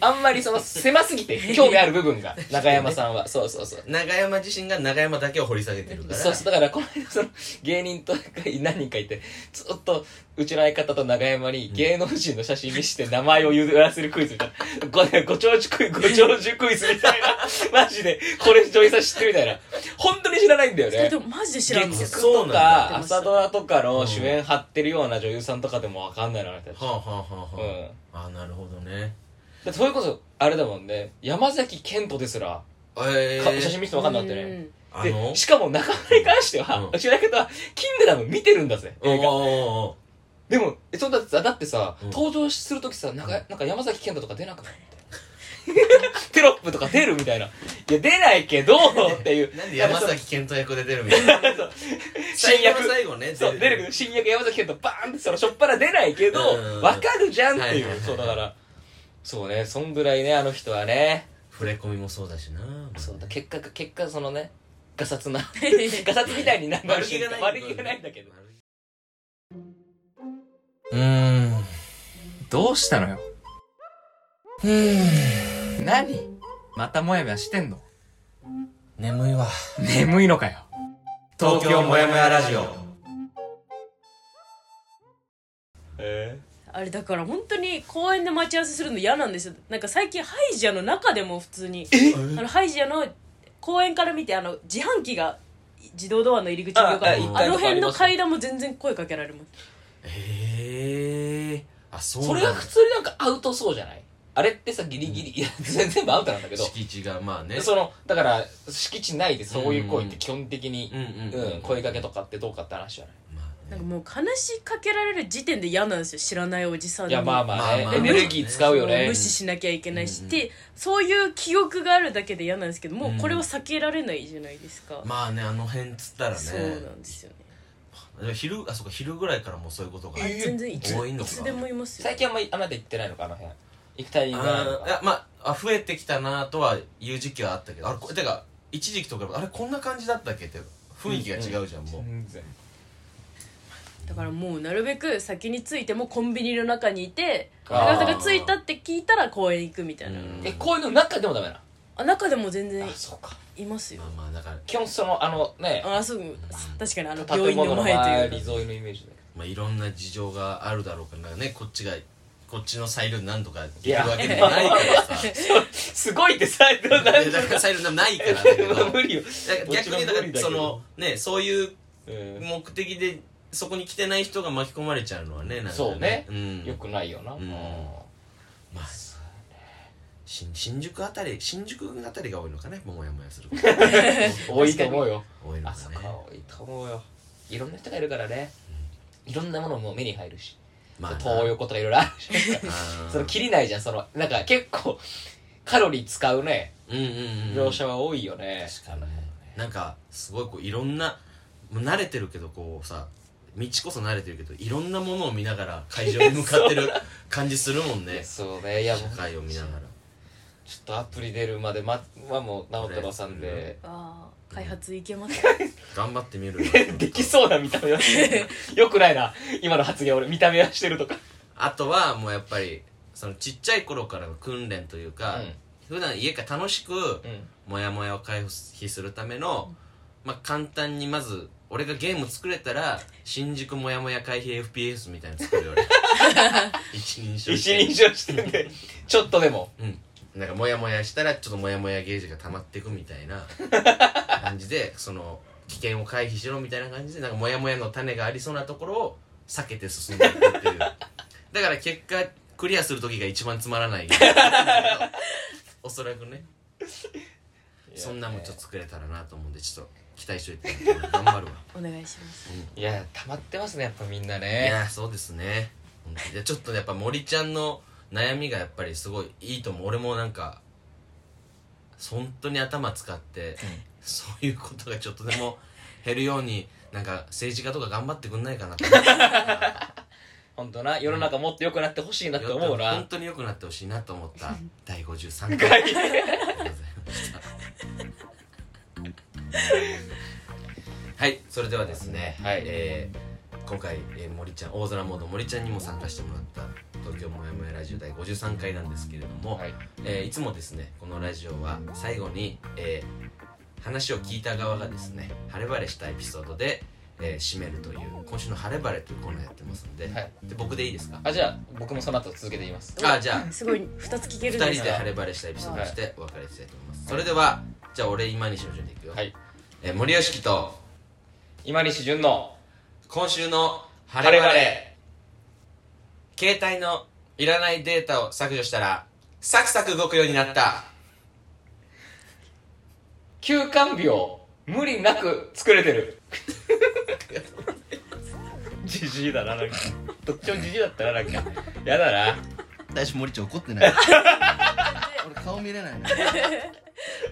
Speaker 2: あんまりその狭すぎて興味ある部
Speaker 1: <laughs>
Speaker 2: 分が中山さんはそうそうそう
Speaker 1: 長山自身が長山だけを掘り下げてるから
Speaker 2: <laughs> そうそうだからこの間その芸人と何人かいてずっとうちの相方と永山に芸能人の写真見して名前を譲らせるクイズみたいなごご長寿クイズご長寿クイズみたいな <laughs> マジでこれ女優さん知ってるみたいな本当に知らないんだよ
Speaker 3: それ
Speaker 2: ね
Speaker 3: でもマジで知らんの
Speaker 1: 月
Speaker 2: 僕
Speaker 1: そうなん
Speaker 2: と
Speaker 1: だ
Speaker 2: か朝ドラとかの主演張ってるような女優さんとかでもわかんないのあなたたち
Speaker 1: はあはあはあ
Speaker 2: うん
Speaker 1: はあ、あなるほどね
Speaker 2: だってそれこそあれだもんね山崎賢人ですら、
Speaker 1: え
Speaker 2: か
Speaker 1: ー、
Speaker 2: 写真見せてわかんなかったね
Speaker 1: あの
Speaker 2: でしかも中村に関して
Speaker 1: う
Speaker 2: は
Speaker 1: ん
Speaker 2: うちだけどは「キングダム」見てるんだぜ
Speaker 1: おー
Speaker 2: 映画
Speaker 1: お
Speaker 2: でもえそんだってさだってさ、
Speaker 1: うん
Speaker 2: 登場する時さなんかなんか山崎賢人とか出なくない <laughs> みたいなテロップとか出るみたいな「いや出ないけど」ってい
Speaker 1: ーお
Speaker 2: う
Speaker 1: ーなんで山崎賢人役で出るみたいな
Speaker 2: <laughs> 新役
Speaker 1: 最後の最後ね
Speaker 2: そう出るけど新役山崎賢人バーンってそのしょっぱな出ないけど
Speaker 1: うん
Speaker 2: わかるじゃんってい
Speaker 1: はいはいはいう
Speaker 2: そうだからそうねそんぐらいねあの人はね
Speaker 1: 触れ込みもそうだしな
Speaker 2: そうだ結果結果そのねガサ <laughs> ツなガサツみたいになる
Speaker 1: 悪気がない
Speaker 2: 悪気がないんだけど
Speaker 4: うーん
Speaker 2: どうしたのよ
Speaker 4: うーん
Speaker 2: 何またもやもやしてんの
Speaker 4: 眠いわ
Speaker 2: 眠いのかよ
Speaker 4: 東京もやもやラジオ
Speaker 2: え
Speaker 3: あれだから本当に公園で待ち合わせするの嫌なんですよなんか最近ハイジアの中でも普通にあのハイジアの公園から見てあの自販機が自動ドアの入り口にあるか
Speaker 2: ああ
Speaker 3: らあ
Speaker 2: 一階とかありますね
Speaker 3: の辺の階段も全然声かけられます
Speaker 1: ええー、あそう
Speaker 2: それ
Speaker 1: な
Speaker 2: が
Speaker 1: んだ
Speaker 2: 普通になんかアウトそうじゃないあれってさギリギリいや全全部アウトなんだけど
Speaker 1: 敷地がまあね
Speaker 2: そのだから敷地内でそういう行為って基本的に
Speaker 1: うんうんうん
Speaker 2: うん声かけとかってどうかって話じゃない
Speaker 1: まあ
Speaker 3: なん
Speaker 1: ね
Speaker 3: かもう話しかけられる時点で嫌なんですよ知らないおじさん
Speaker 2: い
Speaker 3: に
Speaker 2: やまあまあね
Speaker 1: まあまあ
Speaker 2: エネルギー使うよ
Speaker 3: も
Speaker 2: ね
Speaker 3: 無視しなきゃいけないし、
Speaker 1: うん
Speaker 3: でそういう記憶があるだけで嫌なんですけどもううんこれは避けられないじゃないですか、
Speaker 1: まあねあの辺つったらね
Speaker 3: そうなんですよね
Speaker 1: でも昼あそうか昼ぐらいからもうそういうことが
Speaker 3: あ全然いつ
Speaker 1: 多い
Speaker 3: い
Speaker 1: のか
Speaker 3: つでもいますよ
Speaker 2: 最近あんまりあなた行ってないのかあの辺行くタイミングがないの
Speaker 1: あーい
Speaker 2: か
Speaker 1: やまああ増えてきたなとは言う時期はあったけどあれこてか一時期とかあれこんな感じだったっけって雰囲気が違うじゃん、もう、
Speaker 2: 全然
Speaker 3: だからもうなるべく先に着いてもコンビニの中にいて
Speaker 2: あ
Speaker 3: 中
Speaker 2: ー
Speaker 3: 田が着いたって聞いたら公園行くみたいな、
Speaker 1: うん
Speaker 2: えこういうの中でもダメなの
Speaker 3: あ中でも全然
Speaker 2: あそうか
Speaker 3: いますよ
Speaker 1: まあまあだから、
Speaker 2: 基本そのあのね
Speaker 3: あそう確かにあの
Speaker 2: 建
Speaker 3: 病院の
Speaker 2: 物の
Speaker 3: 前
Speaker 2: 周
Speaker 3: とい
Speaker 2: り
Speaker 3: うか
Speaker 2: 沿いのイメージだけ
Speaker 1: まあ、いろんな事情があるだろうからねこっちがこっちの裁量なんとかでき
Speaker 2: い
Speaker 1: る
Speaker 2: や
Speaker 1: わけでもないから
Speaker 2: <laughs>
Speaker 1: さ
Speaker 2: どすごいってさどうなん
Speaker 1: いやだから裁量ないからだけどだか
Speaker 2: <laughs> 無理よ
Speaker 1: ら逆にだから
Speaker 2: もちろん無理だけど
Speaker 1: そのねそういう
Speaker 2: うん
Speaker 1: 目的でそこに来てない人が巻き込まれちゃうのはねなんか
Speaker 2: そうね
Speaker 1: ん、
Speaker 2: よくないよな
Speaker 1: うんまあ新新宿あたり新宿あたりが多いのかねもやもやすること
Speaker 2: <laughs> 多いと思うよ
Speaker 1: 多いの
Speaker 2: あ
Speaker 1: か
Speaker 2: そ
Speaker 1: ね
Speaker 2: こは多いと思うよいろんな人がいるからねいろんなものも目に入るし
Speaker 1: まあな
Speaker 2: 東横とかいろいろあるし
Speaker 1: あー
Speaker 2: その切りないじゃんそのなんか結構カロリー使うね
Speaker 1: うんうんうん
Speaker 2: 描写は多いよね
Speaker 1: 確かになんかすごいこういろんなもう慣れてるけどこうさ道こそ慣れてるけどいろんなものを見ながら会場に向かってる感じするもん
Speaker 2: いや
Speaker 1: ね
Speaker 2: そうねいやも
Speaker 1: 社
Speaker 2: う
Speaker 1: 会を見ながら
Speaker 2: ちょっとアプリ出るまでまはもう直太さんで
Speaker 3: あー開発いけます
Speaker 1: 頑張ってみる
Speaker 2: <laughs> できそうな見た目は
Speaker 1: <laughs>
Speaker 2: よくないな今の発言俺見た目はしてるとか
Speaker 1: あとはもうやっぱりそのちっちゃい頃からの訓練というか、普段家から楽しく、
Speaker 2: う
Speaker 1: モヤモヤを回避するための、まあ、簡単にまず俺がゲーム作れたら新宿モヤモヤ回避 FPS みたいなの作るよ
Speaker 2: <laughs>
Speaker 1: 俺一人
Speaker 2: ん
Speaker 1: 称
Speaker 2: 一
Speaker 1: して
Speaker 2: 人称してんでちょっとでも
Speaker 1: うんなんかモヤモヤしたらちょっとモヤモヤゲージが溜まっていくみたい
Speaker 2: <laughs>
Speaker 1: な感じでその危険を回避しろみたいな感じでなんかモヤモヤの種がありそうなところを避けて進んでいくっていうだから結果クリアする時が一番つまら
Speaker 2: <laughs>
Speaker 1: ないおそらくねそんなもんちょっと作れたらなと思うんでちょっと期待しといて頑張るわ
Speaker 3: お願いします
Speaker 2: いや溜まってますねやっぱみんない <laughs> ね
Speaker 1: やそうですね本当にでちょっとやっぱ森ちゃんの悩みがやっぱりすごいいいと思う俺もなんか本当に頭使って、そういうことがちょっとで
Speaker 2: <laughs>
Speaker 1: も減るようになんか政治家とか頑張ってくんないかなと思って
Speaker 2: 本当な世の中もっと良くなってほしいなって思う
Speaker 1: 本
Speaker 2: な
Speaker 1: 当に良くなってほしいなと思った
Speaker 2: <laughs>
Speaker 1: 第53回
Speaker 2: 深い
Speaker 1: はいそれではですね、
Speaker 2: はい
Speaker 1: えー今回、えー森ちゃん大空モード森ちゃんにも参加してもらった東京もやもやラジオ第53回なんですけれども、
Speaker 2: はいい
Speaker 1: えーいつもですねこのラジオは最後に、えー話を聞いた側がですね晴れ晴れしたエピソードで、えー締めるという今週の「晴れ晴れ」というコーナーやってますので,、
Speaker 2: はい
Speaker 1: で僕でいいですか
Speaker 2: あじゃあ僕もその後続けて言います
Speaker 1: あじゃあ
Speaker 3: すごい2つ聞ける
Speaker 1: 二
Speaker 3: んです
Speaker 1: 人で晴れ晴れしたエピソードをしてお別れしたいと思います、それではじゃあ俺今西の順でいくよ、
Speaker 2: はい
Speaker 1: えー森吉と
Speaker 2: 今西純の
Speaker 1: 今週の晴
Speaker 2: 晴
Speaker 1: れ
Speaker 2: れ
Speaker 1: 晴
Speaker 2: 晴
Speaker 1: れ
Speaker 2: れ
Speaker 1: 携帯のいらないデータを削除したらサクサク動くようになった
Speaker 2: 休館日を無理なく作れてるじじいだな <laughs> なんかどっちもじじいだったななんかやだな
Speaker 4: 大志森ちゃん怒ってない俺顔見れないな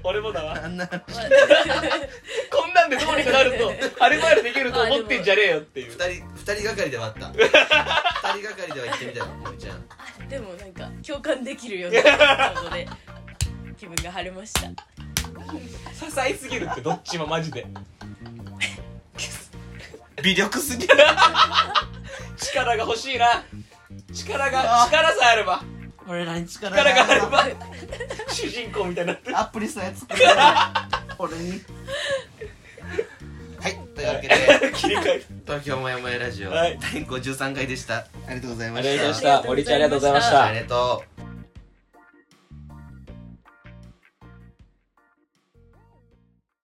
Speaker 2: 俺もだ <laughs> わ
Speaker 4: あんな
Speaker 2: こんなんでどうにかなるとあれまでできると思ってんじゃねえよ <laughs> ってい
Speaker 1: <laughs>
Speaker 2: う
Speaker 1: 二人二人がかりではあった
Speaker 4: <laughs>
Speaker 1: 二人がかりでは行ってみたよ森ちゃん
Speaker 3: でもなんか共感できるようなエピ
Speaker 2: <laughs>
Speaker 3: ソードで気分が晴れました
Speaker 2: 支えすぎるってどっちもマジで
Speaker 1: 微力すぎ
Speaker 2: 力が欲しいな力が力さえあれば
Speaker 4: 俺らに力
Speaker 2: 力があれば主人公みたいになってる
Speaker 4: アプリさえ作る俺に
Speaker 1: はいというわけで
Speaker 2: 切り替え
Speaker 1: 東京もやもやラジオ、
Speaker 2: はい
Speaker 1: 第53回でした
Speaker 4: ありがとうございま
Speaker 2: ありがとうございま
Speaker 4: し
Speaker 2: したた森ちゃんありがとうございました
Speaker 1: ありがとう